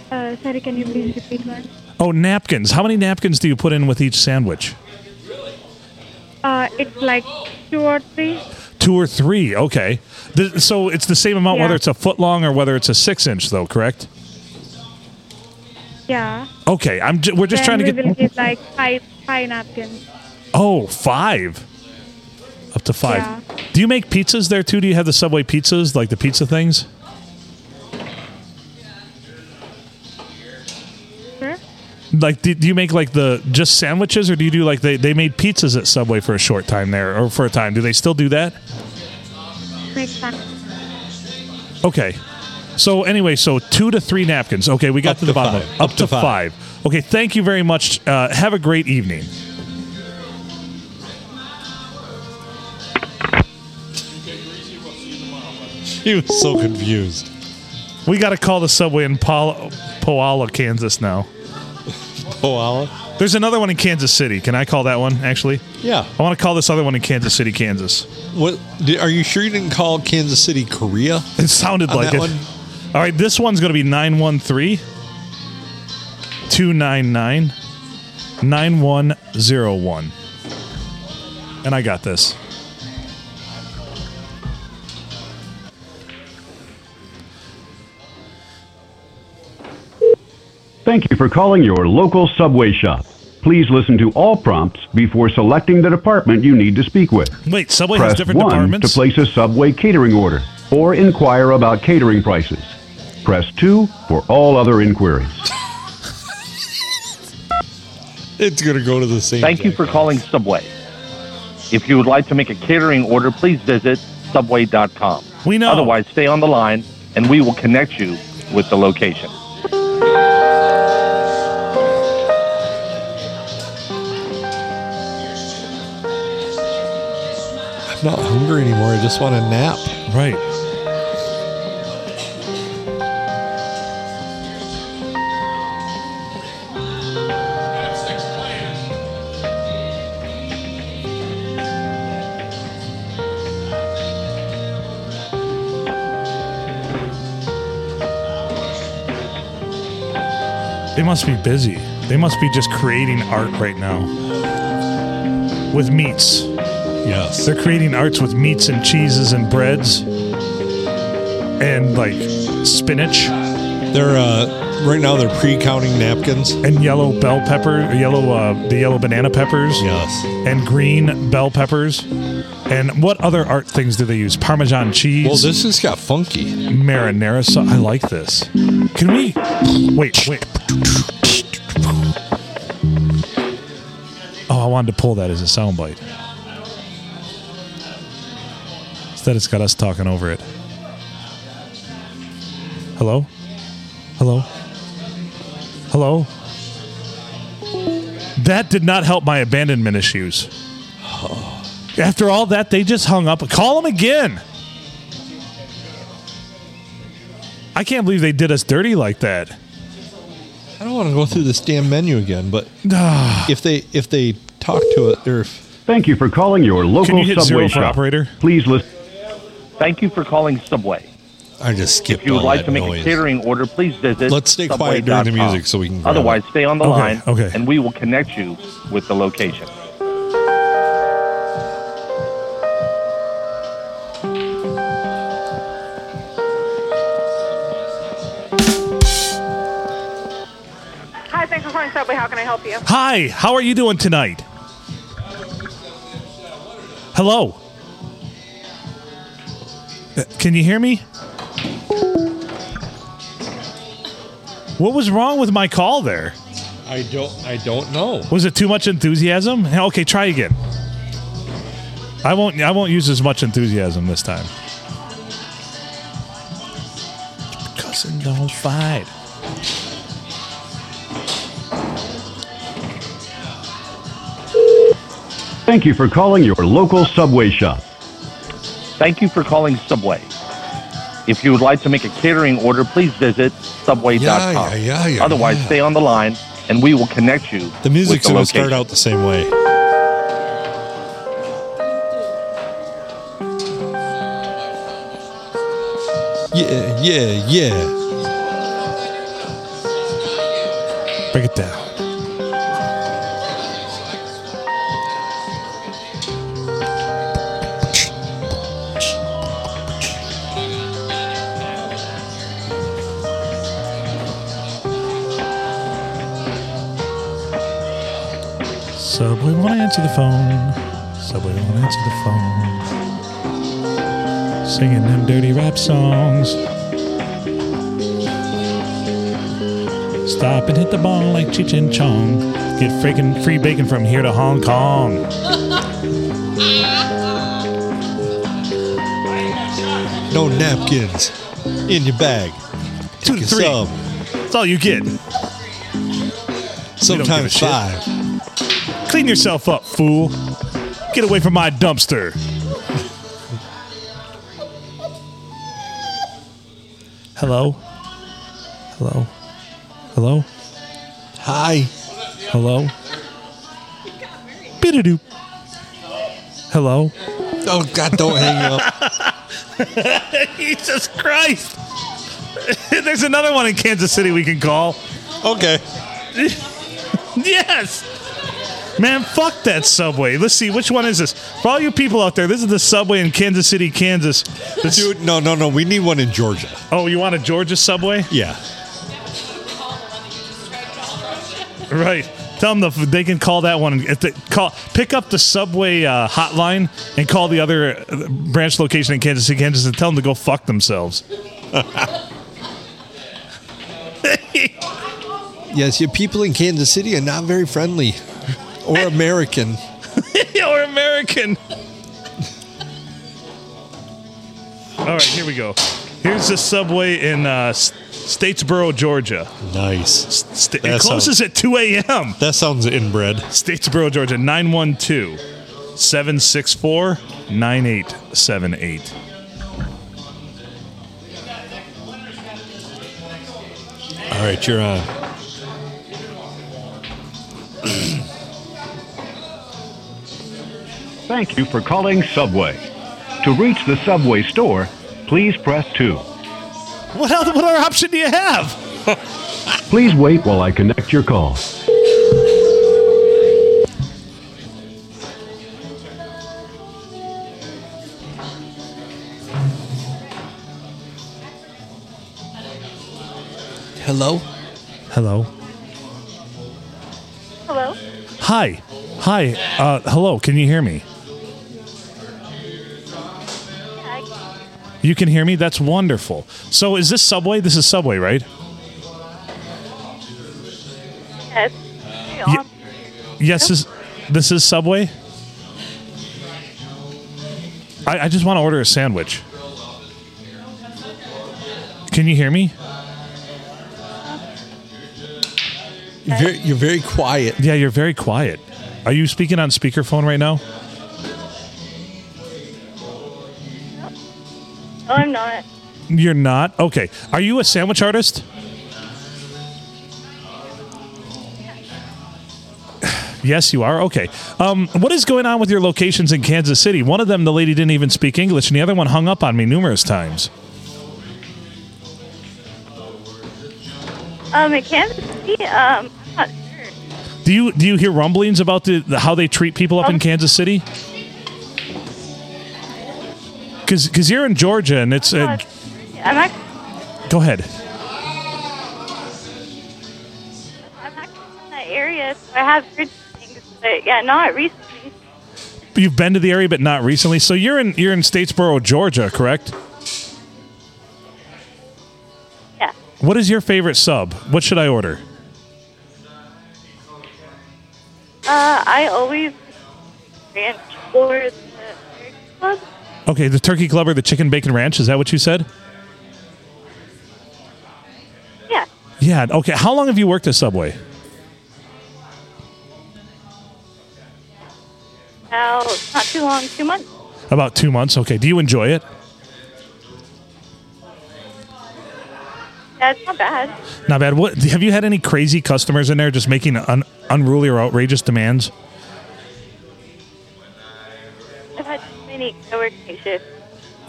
Speaker 9: Uh, sorry, can you please repeat one?
Speaker 1: Oh, napkins! How many napkins do you put in with each sandwich?
Speaker 9: Uh, it's like two or three.
Speaker 1: Two or three? Okay. Th- so it's the same amount
Speaker 9: Yeah.
Speaker 1: whether it's a foot-long or whether it's a six-inch, though. Correct?
Speaker 9: Yeah.
Speaker 1: Okay. I'm. J- we're just
Speaker 9: then
Speaker 1: trying to
Speaker 9: we
Speaker 1: get.
Speaker 9: will give like five, five napkins.
Speaker 1: Oh, five. Up to five.
Speaker 9: Yeah.
Speaker 1: Do you make pizzas there too? Do you have the Subway pizzas, like the pizza things?
Speaker 9: Sure.
Speaker 1: Like, do, do you make like the just sandwiches, or do you do like they, they made pizzas at Subway for a short time there, or for a time? Do they still do that?
Speaker 9: Make fun.
Speaker 1: Okay. So anyway, so two to three napkins. Okay, we got
Speaker 2: Up
Speaker 1: to the
Speaker 2: to
Speaker 1: bottom. of
Speaker 2: five.
Speaker 1: it. Up, to, five. Okay, thank you very much. Uh, have a great evening.
Speaker 2: [LAUGHS] He was so confused.
Speaker 1: We got to call the Subway in Pal- Puyallup, Kansas now.
Speaker 2: Oh, Allah.
Speaker 1: There's another one in Kansas City. Can I call that one actually?
Speaker 2: Yeah.
Speaker 1: I want to call this other one in Kansas City, Kansas. [LAUGHS]
Speaker 2: What di- are you sure you didn't call Kansas City Korea?
Speaker 1: It sounded
Speaker 2: On
Speaker 1: like
Speaker 2: that
Speaker 1: it.
Speaker 2: one?
Speaker 1: All right, this one's going to be 913 299 9101. And I got this.
Speaker 10: Thank you for calling your local Subway shop. Please listen to all prompts before selecting the department you need to speak with.
Speaker 1: Wait, Subway has
Speaker 10: Press
Speaker 1: different
Speaker 10: 1
Speaker 1: departments?
Speaker 10: to place a Subway catering order or inquire about catering prices. Press 2 for all other inquiries.
Speaker 2: It's gonna go to the same.
Speaker 5: Thank you for calling Subway. If you would like to make a catering order, please visit subway.com.
Speaker 1: We know.
Speaker 5: Otherwise, stay on the line and we will connect you with the location.
Speaker 2: I'm not hungry anymore. I just want a nap.
Speaker 1: Right. They must be busy. They must be just creating art right now with meats.
Speaker 2: Yes.
Speaker 1: They're creating arts with meats and cheeses and breads and like spinach
Speaker 2: They're uh, right now they're pre-counting napkins.
Speaker 1: and yellow bell pepper, yellow uh, the yellow banana peppers
Speaker 2: Yes.
Speaker 1: and green bell peppers. And what other art things do they use? Parmesan cheese,
Speaker 2: Well, this has got funky.
Speaker 1: marinara sauce. I like this. Can we wait? Wait. Oh, I wanted to pull that as a soundbite. Instead, it's got us talking over it. Hello? Hello? Hello? That did not help my abandonment issues. After all that, they just hung up. Call them again. I can't believe they did us dirty like that.
Speaker 2: I don't want to go through this damn menu again, [SIGHS] but if they if they talk to it, or if,
Speaker 10: Thank you for calling your
Speaker 1: Can
Speaker 10: local
Speaker 1: you hit
Speaker 10: subway
Speaker 1: zero for
Speaker 10: shop.
Speaker 1: operator?
Speaker 10: Please listen.
Speaker 5: Thank you for calling Subway.
Speaker 2: I just skipped.
Speaker 5: If you would
Speaker 2: all
Speaker 5: like
Speaker 2: that
Speaker 5: to make
Speaker 2: noise.
Speaker 5: a catering order, please visit.
Speaker 2: Let's stay quiet during the
Speaker 5: subway.com.
Speaker 2: music so we can grab
Speaker 5: Otherwise, stay on the
Speaker 1: Okay,
Speaker 5: line.
Speaker 1: okay.
Speaker 5: And we will connect you with the location.
Speaker 9: Hi, thanks for calling Subway. How can I help you?
Speaker 1: Hi, how are you doing tonight? Hello. Uh, Can you hear me? What was wrong with my call there?
Speaker 2: I don't I don't know.
Speaker 1: Was it too much enthusiasm? Yeah, Okay, try again. I won't I won't use as much enthusiasm this time. Cousin gonna fight.
Speaker 10: Thank you for calling your local subway shop.
Speaker 5: Thank you for calling Subway. If you would like to make a catering order, please visit subway.com.
Speaker 2: Yeah, yeah, yeah, yeah,
Speaker 5: Otherwise,
Speaker 2: yeah.
Speaker 5: stay on the line and we will connect you.
Speaker 2: The music's
Speaker 5: with the
Speaker 2: gonna
Speaker 5: location.
Speaker 2: start out the same way. Yeah, yeah, yeah.
Speaker 1: Break it down. Subway won't answer the phone. Subway won't answer the phone. Singing them dirty rap songs. Stop and hit the bong like Cheech and Chong. Get freaking free bacon from here to Hong Kong.
Speaker 2: No napkins in your bag.
Speaker 1: Two to
Speaker 2: Your
Speaker 1: three.
Speaker 2: sub,
Speaker 1: That's all you get. give a
Speaker 2: sometimes
Speaker 1: shit.
Speaker 2: five.
Speaker 1: Clean yourself up, fool. Get away from my dumpster. Hello? Hello? Hello?
Speaker 2: Hi.
Speaker 1: Hello? Bidadoo. Hello?
Speaker 2: Oh God, don't hang up.
Speaker 1: [LAUGHS] Jesus Christ! [LAUGHS] There's another one in Kansas City we can call.
Speaker 2: [LAUGHS] Okay.
Speaker 1: Yes. Man, fuck that subway. Let's see, which one is this? For all you people out there, this is the subway in Kansas City, Kansas. That's-
Speaker 2: Dude, no, no, no. We need one in Georgia.
Speaker 1: oh, you want a Georgia subway?
Speaker 2: Yeah.
Speaker 1: Right. Tell them the, they can call that one. If they call, pick up the subway uh, hotline and call the other uh, branch location in Kansas City, Kansas, and tell them to go fuck themselves. [LAUGHS]
Speaker 2: Yes, your people in Kansas City are not very friendly [LAUGHS] or American.
Speaker 1: [LAUGHS] You're American. All right, here we go. Here's the subway in uh, S- Statesboro, Georgia.
Speaker 2: Nice.
Speaker 1: St-
Speaker 2: That
Speaker 1: it closes at 2 a.m.
Speaker 2: That sounds inbred.
Speaker 1: Statesboro, Georgia, 912 764 9878.
Speaker 2: All right, you're on.
Speaker 10: Thank you for calling Subway. To reach the Subway store, please press 2.
Speaker 1: What, other, what other option do you have?
Speaker 10: Please wait while I connect your call.
Speaker 11: Hello?
Speaker 1: Hello.
Speaker 6: Hello?
Speaker 1: Hi. Hi. Uh, hello. Can you hear me? You can hear me? That's wonderful. So is this Subway? This is Subway, right?
Speaker 6: Yes.
Speaker 1: Ye- yes, this, this is Subway? I, I just want to order a sandwich. Can you hear me?
Speaker 2: You're very, you're very quiet.
Speaker 1: Yeah, you're very quiet. Are you speaking on speakerphone right now?
Speaker 6: Oh, I'm not.
Speaker 1: You're not? Okay. Are you a sandwich artist? [SIGHS] Yes, you are. Okay. Um, what is going on with your locations in Kansas City? One of them, the lady didn't even speak English, and the other one hung up on me numerous times.
Speaker 6: Um, in Kansas City, um, I'm not sure.
Speaker 1: Do you do you hear rumblings about the, the how they treat people up in Kansas City? Because you're in Georgia, and it's uh,
Speaker 6: I'm actually,
Speaker 1: go ahead.
Speaker 6: I'm actually in that area, so I have heard things, but yeah, not recently.
Speaker 1: You've been to the area, but not recently. So you're in you're in Statesboro, Georgia, correct?
Speaker 6: Yeah.
Speaker 1: What is your favorite sub? What should I order?
Speaker 6: Uh, I always ranch or the Dairy club.
Speaker 1: Okay, the turkey club or the chicken bacon ranch? Is that what you said?
Speaker 6: Yeah.
Speaker 1: Yeah. Okay. How long have you worked at Subway?
Speaker 6: Now, not too long, two months.
Speaker 1: About two months. Okay. Do you enjoy it?
Speaker 6: Yeah, it's not bad.
Speaker 1: Not bad. What have you had any crazy customers in there just making un- unruly or outrageous demands?
Speaker 6: I've had too many coworking shifts.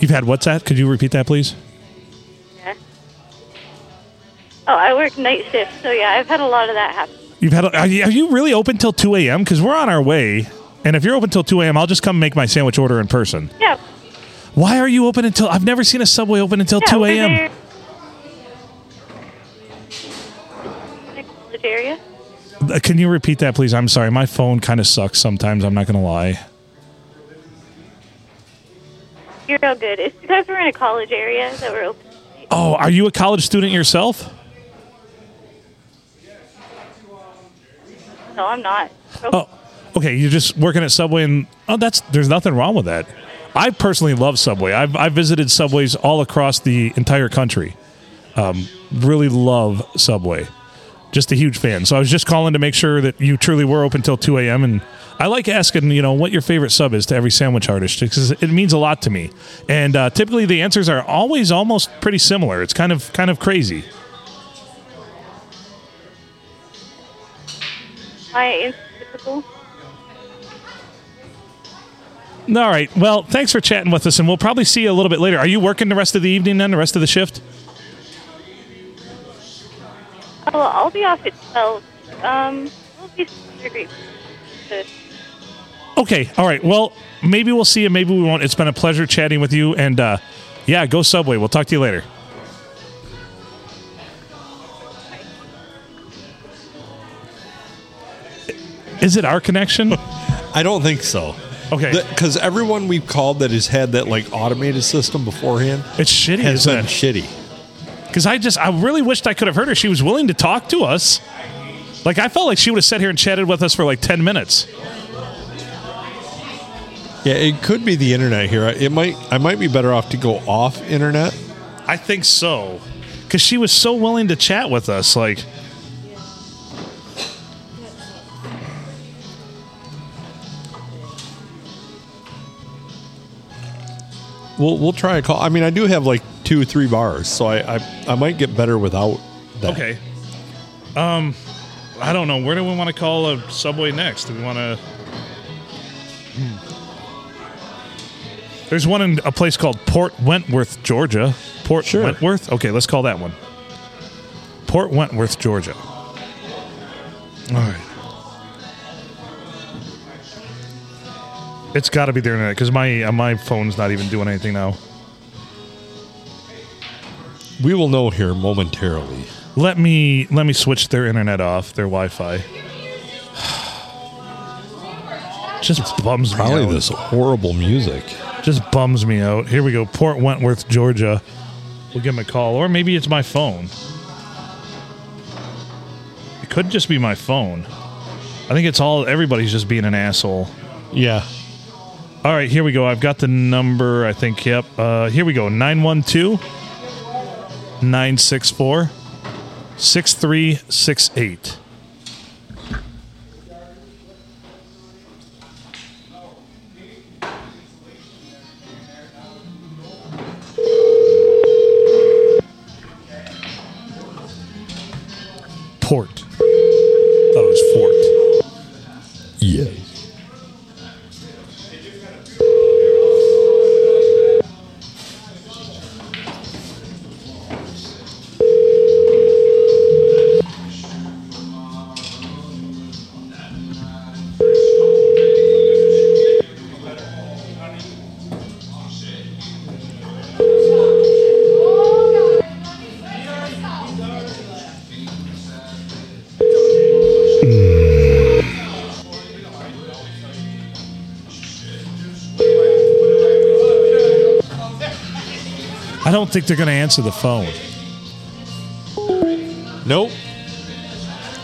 Speaker 1: You've had what's that? Could you repeat that, please?
Speaker 6: Yeah. Oh, I work night shift, so yeah, I've had a lot of that happen.
Speaker 1: You've had. Are you, are you really open till two a.m.? Because we're on our way, and if you're open till two a.m., I'll just come make my sandwich order in person.
Speaker 6: Yeah.
Speaker 1: Why are you open until? I've never seen a Subway open until
Speaker 6: yeah,
Speaker 1: two
Speaker 6: we're
Speaker 1: a.m.
Speaker 6: there. In the college area.
Speaker 1: Uh, Can you repeat that, please? I'm sorry. My phone kind of sucks sometimes. I'm not going to lie.
Speaker 6: You're real good. It's because we're in a college area that we're open.
Speaker 1: Oh, are you a college student yourself?
Speaker 6: No, I'm not.
Speaker 1: Oh, okay. You're just working at Subway, and oh, that's there's nothing wrong with that. I personally love Subway. I've, I've visited Subways all across the entire country. Um, really love Subway. Just a huge fan. So I was just calling to make sure that you truly were open till 2 a.m. And I like asking, you know, what your favorite sub is to every sandwich artist because it means a lot to me. And uh, typically the answers are always almost pretty similar. It's kind of kind of crazy.
Speaker 6: My Insta's typical.
Speaker 1: All right. Well, thanks for chatting with us, and we'll probably see you a little bit later. Are you working the rest of the evening then, the rest of the shift?
Speaker 6: Oh, I'll be off at 12. Um, we'll be super great. to-
Speaker 1: Okay. All right. Well, maybe we'll see you. Maybe we won't. It's been a pleasure chatting with you. And uh, yeah, go Subway. We'll talk to you later. Is it our [LAUGHS] connection?
Speaker 2: I don't think so.
Speaker 1: Okay.
Speaker 2: Because everyone we've called that has had that like automated system beforehand
Speaker 1: It's shitty,
Speaker 2: has
Speaker 1: isn't
Speaker 2: been
Speaker 1: it?
Speaker 2: shitty.
Speaker 1: Because I just, I really wished I could have heard her. She was willing to talk to us. Like, I felt like she would have sat here and chatted with us for like 10 minutes.
Speaker 2: Yeah, it could be the internet here. It might. I might be better off to go off internet.
Speaker 1: I think so. Because she was so willing to chat with us. Like,
Speaker 2: We'll we'll try a call. I mean, I do have like two three bars, so I I, I might get better without that.
Speaker 1: Okay. Um, I don't know. Where do we want to call a subway next? Do we want to? There's one in a place called Port Wentworth, Georgia. Port Wentworth. Okay, let's call that one. Port Wentworth, Georgia. All right. It's got to be the internet because my uh, my phone's not even doing anything now.
Speaker 2: We will know here momentarily.
Speaker 1: Let me let me switch their internet off, their Wi-Fi. [SIGHS] Just bums me
Speaker 2: Probably
Speaker 1: out.
Speaker 2: this horrible music.
Speaker 1: Just bums me out. Here we go, Port Wentworth, Georgia. We'll give him a call, or maybe it's my phone. It could just be my phone. I think it's all everybody's just being an asshole.
Speaker 2: Yeah.
Speaker 1: All right, here we go. I've got the number, I think. Yep. Uh, here we go 912 964 6368. Port. Thought it was Fort.
Speaker 2: Yeah.
Speaker 1: I don't think they're going to answer the phone.
Speaker 2: Nope.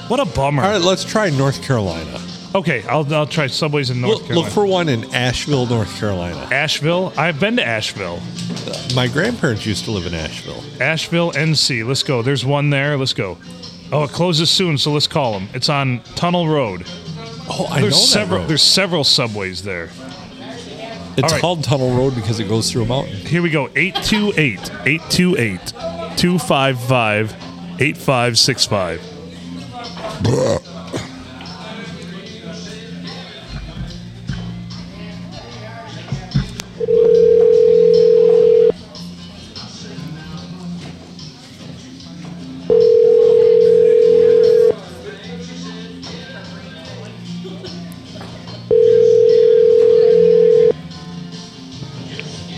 Speaker 1: What a bummer.
Speaker 2: All right, let's try North Carolina.
Speaker 1: Okay, I'll, I'll try Subways in North
Speaker 2: Look-
Speaker 1: Carolina.
Speaker 2: Look for one in Asheville, North Carolina.
Speaker 1: Asheville. I've been to Asheville.
Speaker 2: My grandparents used to live in Asheville.
Speaker 1: Asheville, NC. Let's go. There's one there. Let's go. Oh, it closes soon, so let's call them. It's on Tunnel Road.
Speaker 2: Oh, I
Speaker 1: there's
Speaker 2: know
Speaker 1: several.
Speaker 2: that road.
Speaker 1: There's several subways there.
Speaker 2: It's
Speaker 1: all right.
Speaker 2: called Tunnel Road because it goes through a mountain.
Speaker 1: Here we go. 828-828-255-8565.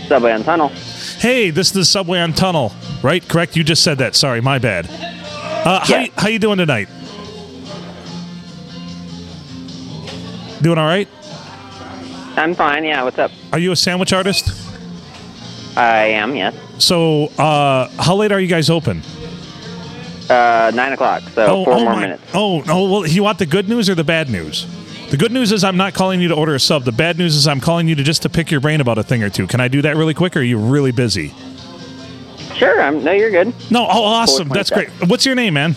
Speaker 4: Subway and Tunnel.
Speaker 1: Hey, this is the subway on Tunnel, right? Correct. You just said that. Sorry, my bad. Uh, how,
Speaker 4: Yeah.
Speaker 1: you- how you doing tonight? Doing all right?
Speaker 11: I'm fine. Yeah, what's up?
Speaker 1: Are you a sandwich artist?
Speaker 11: I am. Yes.
Speaker 1: So, uh, how late are you guys open?
Speaker 11: Uh, nine o'clock. So
Speaker 1: Oh,
Speaker 11: four
Speaker 1: oh
Speaker 11: more
Speaker 1: my-
Speaker 11: minutes.
Speaker 1: Oh, oh, well, you want the good news or the bad news? The good news is I'm not calling you to order a sub. The bad news is I'm calling you to just to pick your brain about a thing or two. Can I do that really quick or are you really busy?
Speaker 11: Sure. I'm. No, you're good.
Speaker 1: No, oh, awesome. That's great.
Speaker 11: 4:27.
Speaker 1: What's your name, man?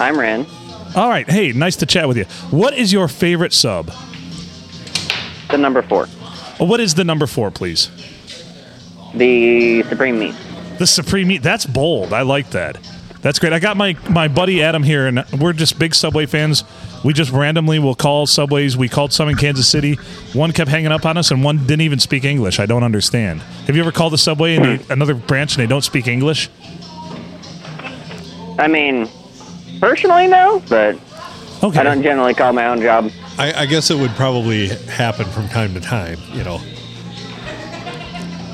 Speaker 11: I'm Ren.
Speaker 1: All right. Hey, nice to chat with you. What is your favorite sub?
Speaker 11: The number four.
Speaker 1: What is the number four, please?
Speaker 11: The supreme meat.
Speaker 1: The Supreme Meat. That's bold. I like that. That's great. I got my my buddy Adam here, and we're just big Subway fans. We just randomly will call Subways. We called some in Kansas City. One kept hanging up on us, and one didn't even speak English. I don't understand. Have you ever called a Subway in
Speaker 11: Hmm.
Speaker 1: a- another branch and they don't speak English?
Speaker 11: I mean, personally, no, but
Speaker 1: Okay.
Speaker 11: I don't generally call my own job.
Speaker 2: I, I guess it would probably happen from time to time, you know.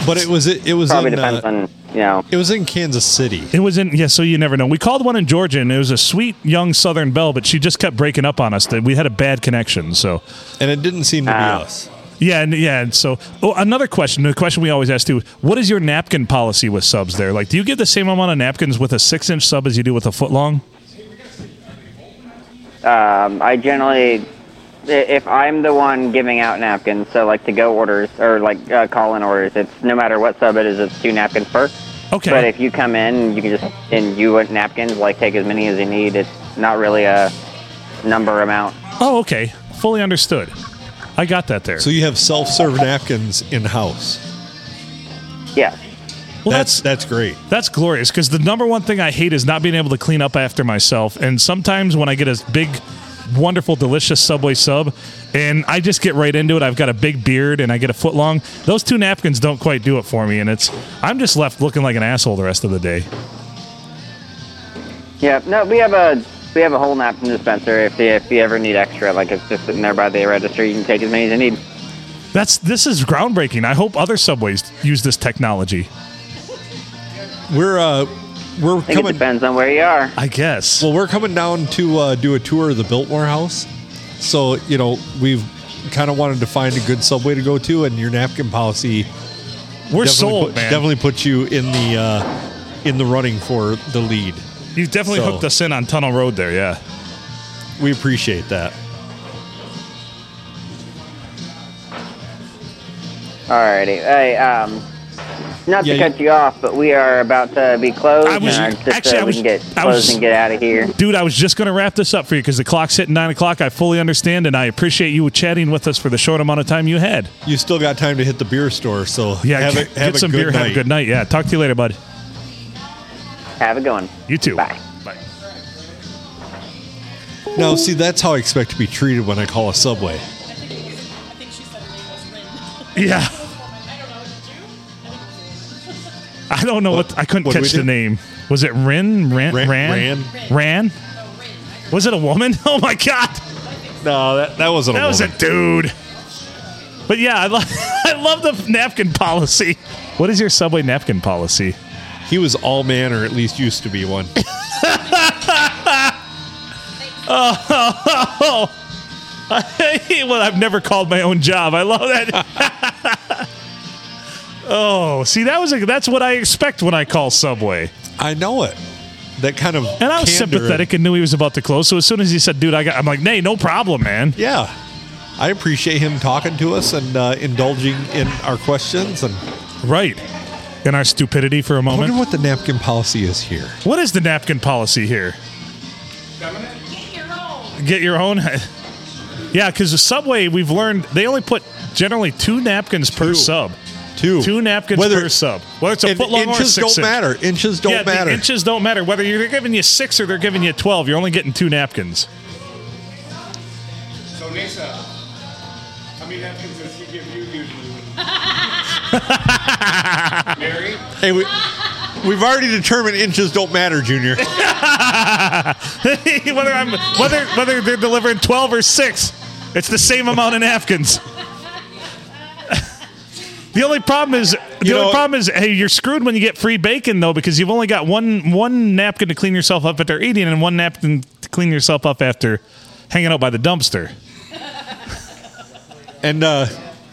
Speaker 2: But it was it, it was
Speaker 11: Probably
Speaker 2: in,
Speaker 11: depends
Speaker 2: uh,
Speaker 11: on you know.
Speaker 2: it was in Kansas City.
Speaker 1: It was in yeah, so you never know. We called one in Georgia, and it was a sweet young Southern belle, but she just kept breaking up on us. That we had a bad connection. So
Speaker 2: And it didn't seem to
Speaker 11: Ah.
Speaker 2: be us.
Speaker 1: Yeah, and yeah, and so oh, another question, the question we always ask too, what is your napkin policy with subs there? Like do you give the same amount of napkins with a six inch sub as you do with a foot long?
Speaker 11: Um, I generally, i- if I'm the one giving out napkins, so like to go orders or like uh, call in orders, it's no matter what sub it is, it's two napkins per.
Speaker 1: Okay.
Speaker 11: But if you come in, you can just and you want napkins, like take as many as you need. It's not really a number amount.
Speaker 1: oh, okay. Fully understood. I got that there.
Speaker 2: So you have self serve napkins in house.
Speaker 11: Yeah.
Speaker 1: well,
Speaker 2: that's that's great.
Speaker 1: That's glorious because the number one thing I hate is not being able to clean up after myself. And sometimes when I get a big, wonderful, delicious Subway sub, and I just get right into it. I've got a big beard and I get a foot long. Those two napkins don't quite do it for me, and it's I'm just left looking like an asshole the rest of the day.
Speaker 11: Yeah, no, we have a we have a whole napkin dispenser. If you, if you ever need extra, like it's just sitting there by the register, you can take as many as you need.
Speaker 1: That's this is groundbreaking. I hope other subways use this technology.
Speaker 2: We're uh, we're
Speaker 11: I think it depends on where you are.
Speaker 1: I guess.
Speaker 2: Well, we're coming down to uh, do a tour of the Biltmore House, so you know we've kind of wanted to find a good subway to go to, and your napkin policy.
Speaker 1: We're
Speaker 2: definitely
Speaker 1: sold,
Speaker 2: put-
Speaker 1: man.
Speaker 2: Definitely puts you in the uh, in the running for the lead.
Speaker 1: You've definitely
Speaker 2: So-
Speaker 1: hooked us in on Tunnel Road there, yeah.
Speaker 2: We appreciate that.
Speaker 11: Alrighty. Hey, um, not
Speaker 2: Yeah,
Speaker 11: to
Speaker 2: you-
Speaker 11: cut you off, but we are about to be closed.
Speaker 1: I was-
Speaker 11: and I just,
Speaker 1: actually,
Speaker 11: uh,
Speaker 1: I
Speaker 11: we
Speaker 1: was-
Speaker 11: can get
Speaker 1: I
Speaker 11: closed
Speaker 1: was-
Speaker 11: and get out of here.
Speaker 1: Dude, I was just going to wrap this up for you because the clock's hitting nine o'clock. I fully understand, and I appreciate you chatting with us for the short amount of time you had.
Speaker 2: You still got time to hit the beer store, so
Speaker 1: Yeah,
Speaker 2: have,
Speaker 1: get,
Speaker 2: a, have
Speaker 1: get
Speaker 2: a
Speaker 1: some
Speaker 2: good
Speaker 1: beer.
Speaker 2: Night.
Speaker 1: Have a good night. Yeah, talk to you later, bud.
Speaker 11: Have a good one.
Speaker 1: You too.
Speaker 11: Bye.
Speaker 2: Now, see, that's how I expect to be treated when I call a subway.
Speaker 1: Yeah. I don't know what, I couldn't
Speaker 2: what do we
Speaker 1: catch the
Speaker 2: do?
Speaker 1: name. Was it Rin? Ran?
Speaker 2: Ran-
Speaker 1: Ran? Ran? Was it a woman? [LAUGHS] Oh my god,
Speaker 2: No, that, that wasn't.
Speaker 1: that
Speaker 2: a
Speaker 1: was a
Speaker 2: woman.
Speaker 1: dude. But yeah, I love [LAUGHS] I love the napkin policy. What is your subway napkin [LAUGHS] policy?
Speaker 2: He was all man, or at least used to be
Speaker 1: [LAUGHS]
Speaker 2: one.
Speaker 1: Oh, well, I've never called my own job. I love that. [LAUGHS] oh, see, that was a, that's what I expect when I call Subway.
Speaker 2: I know it. That kind of
Speaker 1: And I was
Speaker 2: candor and-
Speaker 1: sympathetic and knew he was about to close. So as soon as he said, "Dude, I got," I'm like, "Nay, no problem, man."
Speaker 2: yeah, I appreciate him talking to us and uh, indulging in our questions. And I
Speaker 1: Right. In our stupidity for a
Speaker 2: wonder
Speaker 1: moment.
Speaker 2: what the napkin policy is here.
Speaker 1: What is the napkin policy here? Get your own. Get your own. yeah, because the subway we've learned they only put generally two napkins per
Speaker 2: Two.
Speaker 1: sub.
Speaker 2: Two,
Speaker 1: Two napkins
Speaker 2: Whether-
Speaker 1: per sub. Whether it's a
Speaker 2: and
Speaker 1: foot long or a
Speaker 2: inches
Speaker 1: six
Speaker 2: don't
Speaker 1: inch.
Speaker 2: matter. Inches don't
Speaker 1: yeah, the
Speaker 2: matter.
Speaker 1: inches don't matter. Whether you're, they're giving you six or they're giving you twelve, you're only getting two napkins.
Speaker 8: So Nessa, how many napkins does he give you usually?
Speaker 1: [LAUGHS]
Speaker 8: Mary?
Speaker 2: hey, we, we've already determined inches don't matter,
Speaker 1: [LAUGHS]
Speaker 2: Junior.
Speaker 1: whether I'm whether whether they're delivering twelve or six, it's the same amount of napkins. [LAUGHS] The only problem is the
Speaker 2: You
Speaker 1: only
Speaker 2: know-
Speaker 1: problem is hey you're screwed when you get free bacon though because you've only got one one napkin to clean yourself up after eating and one napkin to clean yourself up after hanging out by the dumpster.
Speaker 2: And uh,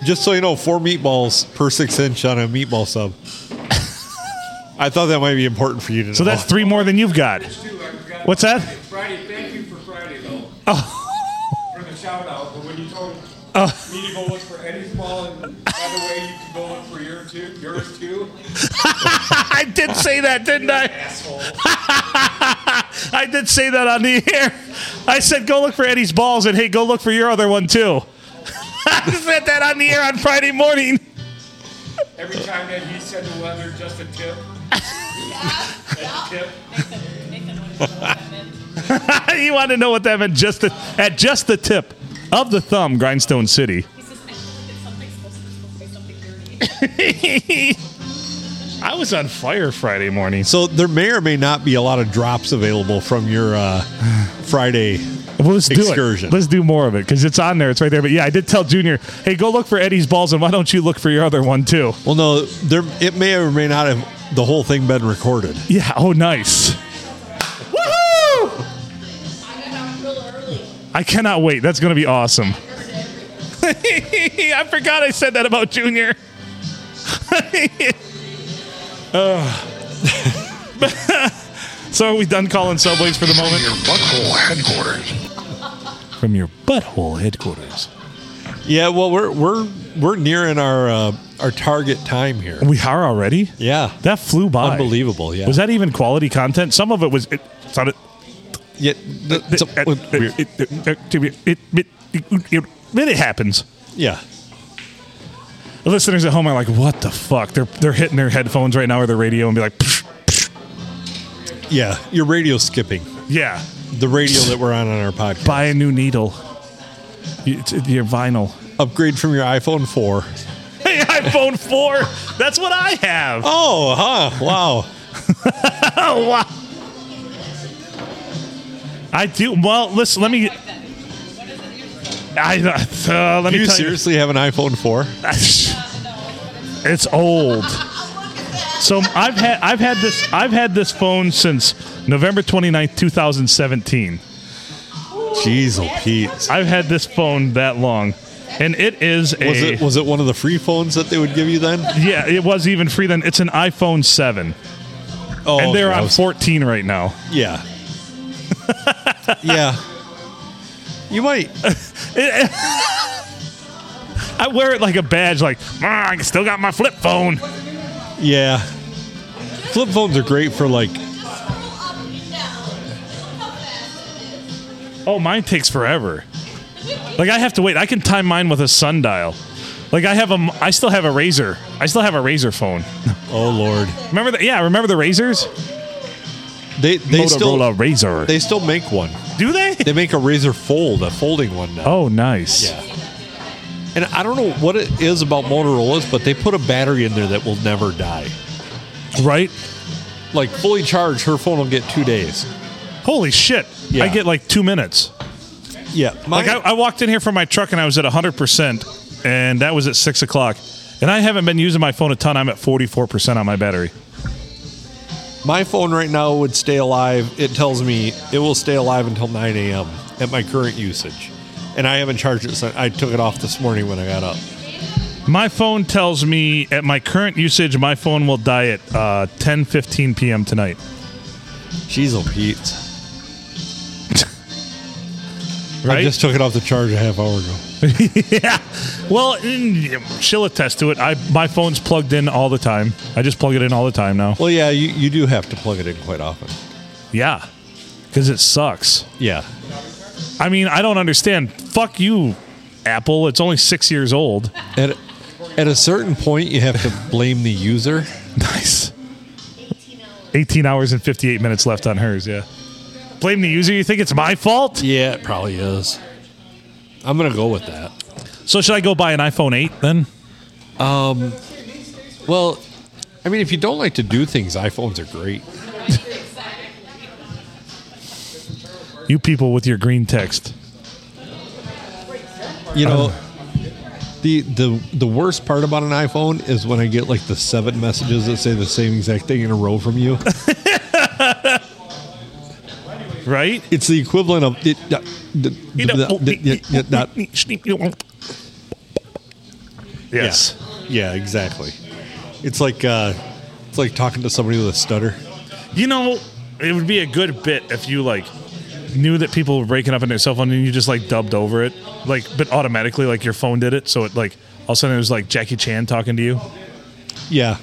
Speaker 2: just so you know, four meatballs per six inch on a meatball sub. I thought that might be important for you to know.
Speaker 1: So that's three more than you've
Speaker 2: [LAUGHS]
Speaker 1: got. What's that?
Speaker 8: Friday, thank you for Friday though. For the shout out, but when you told me to go look for Eddie's ball, and by the way, you can go look for your too, yours too.
Speaker 1: I did say that, didn't I? [LAUGHS] I did say that on the air. I said, go look for Eddie's balls, and hey, go look for your other one too. [LAUGHS] I said that on the air on Friday morning. [LAUGHS]
Speaker 8: Every time that he said the weather, just a tip. A tip.
Speaker 1: you want to know what that meant? Just the, at just the tip of the thumb, Grindstone City. [LAUGHS] I was on fire Friday morning.
Speaker 2: So there may or may not be a lot of drops available from your uh, Friday.
Speaker 1: Well, let's do
Speaker 2: Excursion.
Speaker 1: it. Let's do more of it because it's on there. It's right there. But yeah, I did tell Junior, hey, go look for Eddie's balls, and why don't you look for your other one too?
Speaker 2: Well, no, there it may or may not have the whole thing been recorded.
Speaker 1: Yeah. Oh, nice. Woohoo! I cannot wait. That's going to be awesome. [LAUGHS] I forgot I said that about Junior. [LAUGHS] Ugh. [LAUGHS] so are we done calling subways for the moment? From your butthole headquarters.
Speaker 2: Yeah, well, we're we're we're nearing our uh, our target time here.
Speaker 1: We are already.
Speaker 2: Yeah,
Speaker 1: That flew by.
Speaker 2: unbelievable. Yeah,
Speaker 1: Was that even quality content? Some of it was. It sounded.
Speaker 2: Yeah, th-
Speaker 1: It,
Speaker 2: so- weird.
Speaker 1: uh, it, it, it, it, it happens.
Speaker 2: yeah,
Speaker 1: The listeners at home are like, "What the fuck?" They're they're hitting their headphones right now or their radio and be like, psh, psh.
Speaker 2: yeah. Your radio skipping
Speaker 1: "Yeah,
Speaker 2: the radio that we're on on our podcast.
Speaker 1: buy a new needle, You- it's- your vinyl, [LAUGHS]
Speaker 2: Upgrade from your iPhone four.
Speaker 1: hey, iPhone four. That's what I have."
Speaker 2: Oh, huh? Wow.
Speaker 1: Oh wow! I do. Well, listen. Let me. I uh, let
Speaker 2: Do
Speaker 1: me
Speaker 2: you
Speaker 1: tell
Speaker 2: seriously have an iPhone 4?
Speaker 1: [LAUGHS] It's old. So I've had I've had this I've had this phone since November 29th, 2017.
Speaker 2: Jeez, oh Pete.
Speaker 1: I've had this phone that long. And it is a
Speaker 2: Was it was it one of the free phones that they would give you then?
Speaker 1: Yeah, it was even free then. It's an iPhone 7.
Speaker 2: Oh,
Speaker 1: and they're
Speaker 2: okay, I
Speaker 1: on
Speaker 2: was-
Speaker 1: 14 right now.
Speaker 2: Yeah. yeah. You might.
Speaker 1: I wear it like a badge like, "Ah, I still got my flip phone.
Speaker 2: Yeah. Flip phones are great for like
Speaker 1: Oh, mine takes forever. Like I have to wait. I can time mine with a sundial. Like I have a, m- I still have a razor. I still have a razor phone.
Speaker 2: Oh lord.
Speaker 1: Remember that? Yeah, remember the razors?
Speaker 2: they they
Speaker 1: Motorola
Speaker 2: still
Speaker 1: razor.
Speaker 2: they still make one.
Speaker 1: Do they?
Speaker 2: They make a Razor Fold, a folding one now.
Speaker 1: Oh, nice.
Speaker 2: Yeah. And I don't know what it is about Motorola's, but they put a battery in there that will never die.
Speaker 1: Right?
Speaker 2: Like fully charged, her phone will get two days.
Speaker 1: Holy shit!
Speaker 2: Yeah.
Speaker 1: I get like two minutes.
Speaker 2: Yeah.
Speaker 1: like I, I walked in here from my truck and I was at hundred percent, and that was at six o'clock. And I haven't been using my phone a ton. I'm at forty four percent on my battery.
Speaker 2: My phone right now would stay alive. It tells me it will stay alive until 9 a.m. at my current usage. And I haven't charged it since I took it off this morning when I got up.
Speaker 1: My phone tells me at my current usage, my phone will die at uh, ten fifteen p.m. tonight.
Speaker 2: Jeez, oh Pete. I
Speaker 1: Right?
Speaker 2: just took it off the charge a half hour ago.
Speaker 1: yeah. Well, mm, she'll attest to it. I my phone's plugged in all the time. I just plug it in all the time now.
Speaker 2: Well, yeah, you, you do have to plug it in quite often.
Speaker 1: Yeah, because it sucks.
Speaker 2: Yeah.
Speaker 1: I mean, I don't understand. Fuck you, Apple. It's only six years old.
Speaker 2: At, at a certain point, you have to blame the [LAUGHS] user.
Speaker 1: Nice. 18 hours and 58 minutes left on hers, yeah. Blame the user. You think it's my fault?
Speaker 2: Yeah, it probably is. I'm going to go with that.
Speaker 1: So, should I go buy an iPhone 8 then?
Speaker 2: Um, well, I mean, if you don't like to do things, iPhones are great.
Speaker 1: You people with your green text.
Speaker 2: You know, the the the worst part about an iPhone is when I get like the seven messages that say the same exact thing in a row from [LAUGHS] you.
Speaker 1: right?
Speaker 2: It's the equivalent of it. uh, the-
Speaker 1: You
Speaker 2: the-
Speaker 1: know-
Speaker 2: the- the- the- that-
Speaker 1: [LAUGHS] Yes.
Speaker 2: Yeah, yeah, exactly. It's like uh, it's like talking to somebody with a stutter.
Speaker 1: You know, it would be a good bit if you like knew that people were breaking up on their cell phone and you just like dubbed over it, like, but automatically, like your phone did it. So it like all of a sudden it was like Jackie Chan talking to you.
Speaker 2: Yeah.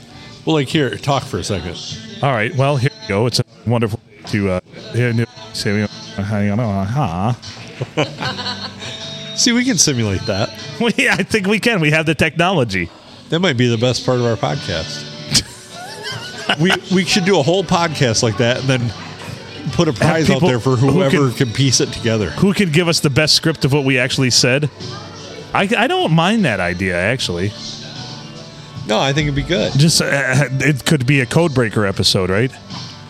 Speaker 2: Well, like here, talk for a second.
Speaker 1: All right. Well, here we go. It's wonderful to uh, hear new- say we- uh-huh. [LAUGHS]
Speaker 2: See, we can simulate that.
Speaker 1: Well, yeah, I think we can. We have the technology.
Speaker 2: That might be the best part of our [LAUGHS] podcast. we we should do a whole podcast like that, and then put a prize
Speaker 1: people
Speaker 2: out there for
Speaker 1: who can-
Speaker 2: whoever can piece it together.
Speaker 1: Who could give us the best script of what we actually said? I, I don't mind that idea actually.
Speaker 2: No, I think it'd be good.
Speaker 1: Just uh, it could be a code breaker episode, right?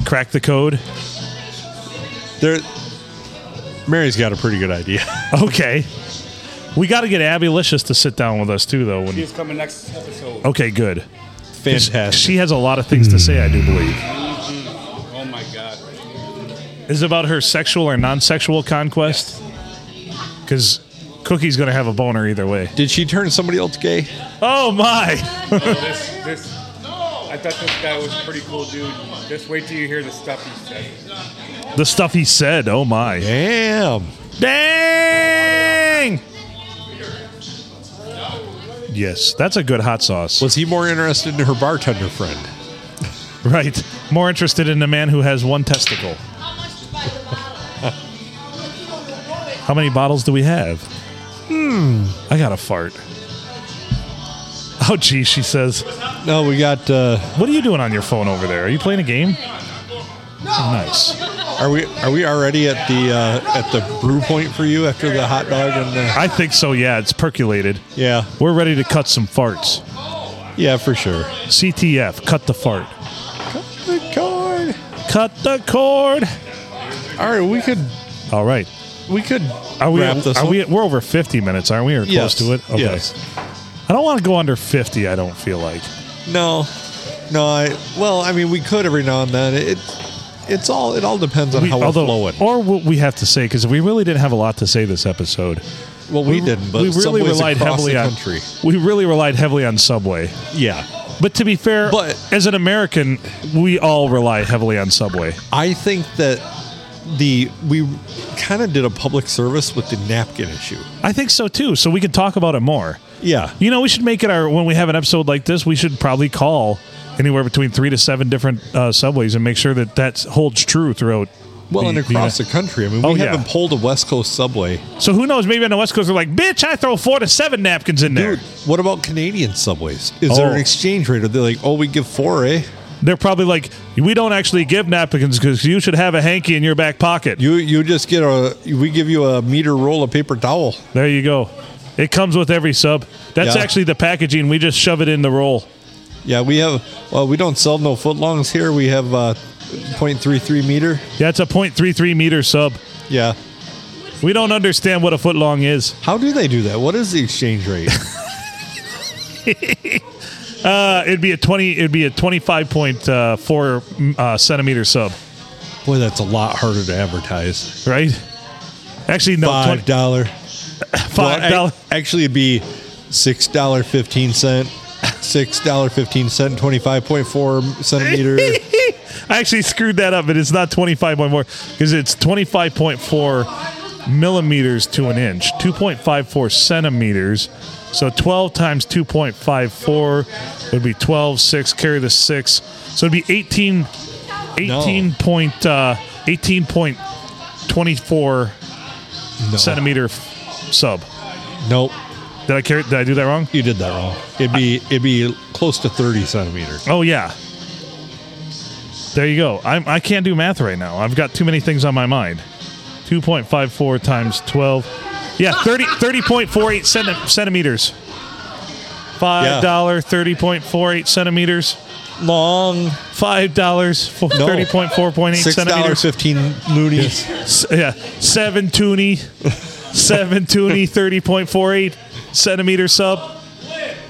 Speaker 1: Crack the code. [LAUGHS]
Speaker 2: There, Mary's got a pretty good [LAUGHS] idea.
Speaker 1: Okay. We got to get Abby Licious to sit down with us too, though. When
Speaker 8: She's coming next episode.
Speaker 1: okay, good.
Speaker 2: Fantastic.
Speaker 1: She has a lot of things to say. I do believe.
Speaker 8: Oh my god.
Speaker 1: Is it about her sexual or non-sexual conquest? Because Cookie's gonna have a boner either way.
Speaker 2: Did she turn somebody else gay?
Speaker 1: Oh my!
Speaker 8: Oh, this, this, I thought this guy was a pretty cool dude. Just wait till you hear the stuff he said.
Speaker 1: the stuff he said. Oh my!
Speaker 2: Damn!
Speaker 1: Dang! Yes, that's a good hot sauce. [LAUGHS]
Speaker 2: Was he more interested in her bartender friend?
Speaker 1: Right. More interested in a man who has one testicle. [LAUGHS] How many bottles do we have? Hmm. I got a fart. Oh, gee, she says.
Speaker 2: No, we got. Uh,
Speaker 1: What are you doing on your phone over there? Are you playing a game? Nice.
Speaker 2: Are we are we already at the uh, at the brew point for you after the hot dog and the?
Speaker 1: I think so, yeah. It's percolated.
Speaker 2: Yeah,
Speaker 1: We're ready to cut some farts.
Speaker 2: yeah, for sure.
Speaker 1: CTF, cut the fart.
Speaker 2: Good God.
Speaker 1: Cut the cord.
Speaker 2: All right, we could
Speaker 1: All right.
Speaker 2: We could
Speaker 1: Are we?
Speaker 2: wrap this
Speaker 1: are
Speaker 2: up.
Speaker 1: we? We're over fifty minutes, aren't we? Or
Speaker 2: Yes.
Speaker 1: close to it? Okay.
Speaker 2: Yes.
Speaker 1: I don't want to go under fifty. I don't feel like.
Speaker 2: No, no. I well, I mean, we could every now and then. It it's all it all depends on
Speaker 1: We-
Speaker 2: how
Speaker 1: although- oh,
Speaker 2: we're flowing.
Speaker 1: Or what we have to say, because we really didn't have a lot to say this episode.
Speaker 2: Well, we didn't, but
Speaker 1: we really
Speaker 2: Subway's
Speaker 1: relied
Speaker 2: across
Speaker 1: heavily
Speaker 2: the
Speaker 1: on
Speaker 2: country.
Speaker 1: we really relied heavily on Subway.
Speaker 2: Yeah,
Speaker 1: but to be fair, but as an American, we all rely heavily on Subway.
Speaker 2: I think that the we kind of did a public service with the napkin issue.
Speaker 1: I think so too. So we could talk about it more.
Speaker 2: Yeah.
Speaker 1: You know, we should make it our when we have an episode like this, we should probably call anywhere between three to seven different uh, subways and make sure that that holds true throughout.
Speaker 2: Well, and across the
Speaker 1: United-
Speaker 2: country. I mean, we
Speaker 1: Oh, yeah.
Speaker 2: haven't pulled a West Coast subway.
Speaker 1: So who knows? Maybe on the West Coast, they're like, "Bitch, I throw four to seven napkins in there."
Speaker 2: What about Canadian subways? Is there an
Speaker 1: Oh.
Speaker 2: exchange rate? Are they like, oh, we give four, eh?
Speaker 1: They're probably like, "We don't actually give napkins because you should have a hanky in your back pocket."
Speaker 2: You you just get a we give you a meter roll of paper towel.
Speaker 1: There you go. It comes with every sub. That's
Speaker 2: Yeah.
Speaker 1: actually the packaging. We just shove it in the roll.
Speaker 2: Yeah, we have. Well, we don't sell no footlongs here. We have uh, 0.33 meter.
Speaker 1: Yeah, it's a 0.33 meter sub.
Speaker 2: Yeah.
Speaker 1: We don't understand what a foot long is.
Speaker 2: How do they do that? What is the exchange rate?
Speaker 1: Uh, it'd be a twenty. It'd be a twenty-five point uh, four uh, centimeter sub,
Speaker 2: [LAUGHS] Boy, that's a lot harder to advertise.
Speaker 1: right? Actually, no.
Speaker 2: Five
Speaker 1: 20
Speaker 2: dollar.
Speaker 1: Five dollar-
Speaker 2: actually, it'd be six dollar fifteen cent. Six dollar fifteen cent. Twenty five point four [LAUGHS] centimeter.
Speaker 1: [LAUGHS] I actually screwed that up, but it's not twenty-five point four because it's twenty-five point four millimeters to an inch, two point five four centimeters. So twelve times two point five four would be twelve six. Carry the six, so it'd be eighteen. 18 point, uh, 18.24
Speaker 2: No.
Speaker 1: centimeter f- sub.
Speaker 2: Nope.
Speaker 1: Did I carry? Did I do that wrong?
Speaker 2: You did that wrong. It'd be it'd be close to thirty centimeter.
Speaker 1: Oh yeah. There you go. I'm, I can't do math right now. I've got too many things on my mind. 2.54 times 12. Yeah,
Speaker 2: Ah!
Speaker 1: 30, 30.48 centi- centimeters.
Speaker 2: Yeah.
Speaker 1: Five dollar thirty point four eight centimeters.
Speaker 2: Long.
Speaker 1: Five dollars
Speaker 2: No.
Speaker 1: thirty point four point eight
Speaker 2: Six dollar
Speaker 1: centimeters.
Speaker 2: fifteen loonies.
Speaker 1: S- yeah, seven
Speaker 2: [LAUGHS]
Speaker 1: toonie, seven toonie, thirty point four eight centimeter sub.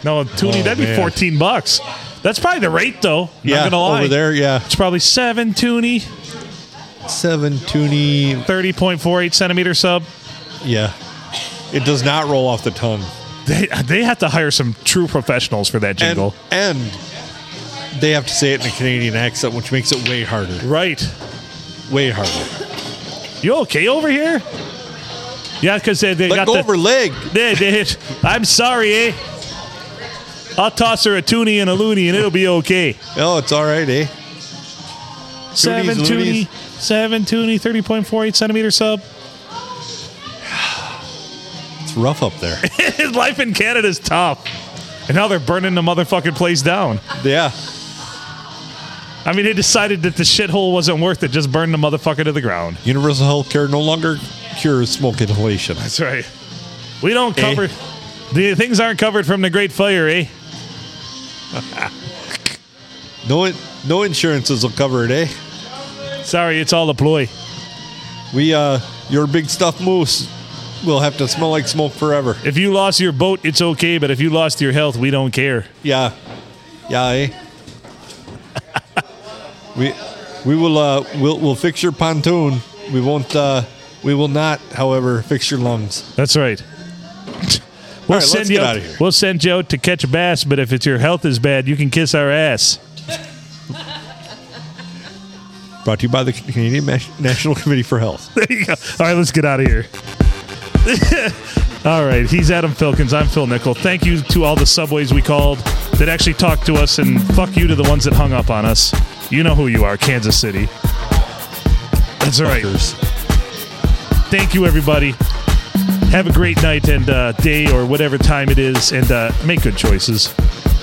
Speaker 1: No, toonie,
Speaker 2: Oh,
Speaker 1: that'd be
Speaker 2: man.
Speaker 1: fourteen bucks. That's probably the rate, though.
Speaker 2: Yeah,
Speaker 1: not gonna lie.
Speaker 2: over there, yeah.
Speaker 1: it's probably seven toonie,
Speaker 2: seven toonie,
Speaker 1: thirty point four eight centimeter sub.
Speaker 2: Yeah. It does not roll off the tongue.
Speaker 1: They they have to hire some true professionals for that jingle,
Speaker 2: And they have to say it in a Canadian accent, which makes it way harder.
Speaker 1: right?
Speaker 2: Way harder.
Speaker 1: You okay over here? Yeah, because they, they
Speaker 2: Let
Speaker 1: got
Speaker 2: go
Speaker 1: the,
Speaker 2: of her leg.
Speaker 1: They, they hit. I'm sorry, eh? I'll toss her a toonie and a loony, and it'll be okay.
Speaker 2: Oh, it's all right, eh?
Speaker 1: Seven
Speaker 2: Toonies,
Speaker 1: toonie,
Speaker 2: loonies.
Speaker 1: seven toonie, thirty point four eight centimeter sub. [LAUGHS]
Speaker 2: It's rough
Speaker 1: [LAUGHS]
Speaker 2: up there.
Speaker 1: Life in Canada's tough, and now they're burning the motherfucking place down.
Speaker 2: yeah.
Speaker 1: I mean, they decided that the shithole wasn't worth it. Just burn the motherfucker to the ground.
Speaker 2: Universal health care no longer cures smoke inhalation.
Speaker 1: That's right. We
Speaker 2: Eh?
Speaker 1: don't cover the things aren't covered from the Great Fire, eh?
Speaker 2: No, in- no insurances will cover it, eh?
Speaker 1: Sorry, it's all a ploy.
Speaker 2: We, uh, your big stuffed moose will have to smell like smoke forever.
Speaker 1: If you lost your boat, it's okay, but if you lost your health, we don't care.
Speaker 2: Yeah. Yeah, eh? we we will uh we'll we'll fix your pontoon. We won't uh we will not, however, fix your lungs.
Speaker 1: That's right.
Speaker 2: All right, let's
Speaker 1: send you
Speaker 2: get
Speaker 1: out,
Speaker 2: out of here.
Speaker 1: We'll send you out to catch a bass, but if it's your health is bad, you can kiss our ass.
Speaker 2: Brought to you by the Canadian Mas- National Committee for Health.
Speaker 1: There you go. All right, let's get out of here. [LAUGHS] all right, he's Adam Filkins. I'm Phil Nickel. Thank you to all the subways we called that actually talked to us, and fuck you to the ones that hung up on us. You know who you are, Kansas City. That's right. Thank you, everybody. Have a great night and uh, day or whatever time it is, and uh, make good choices.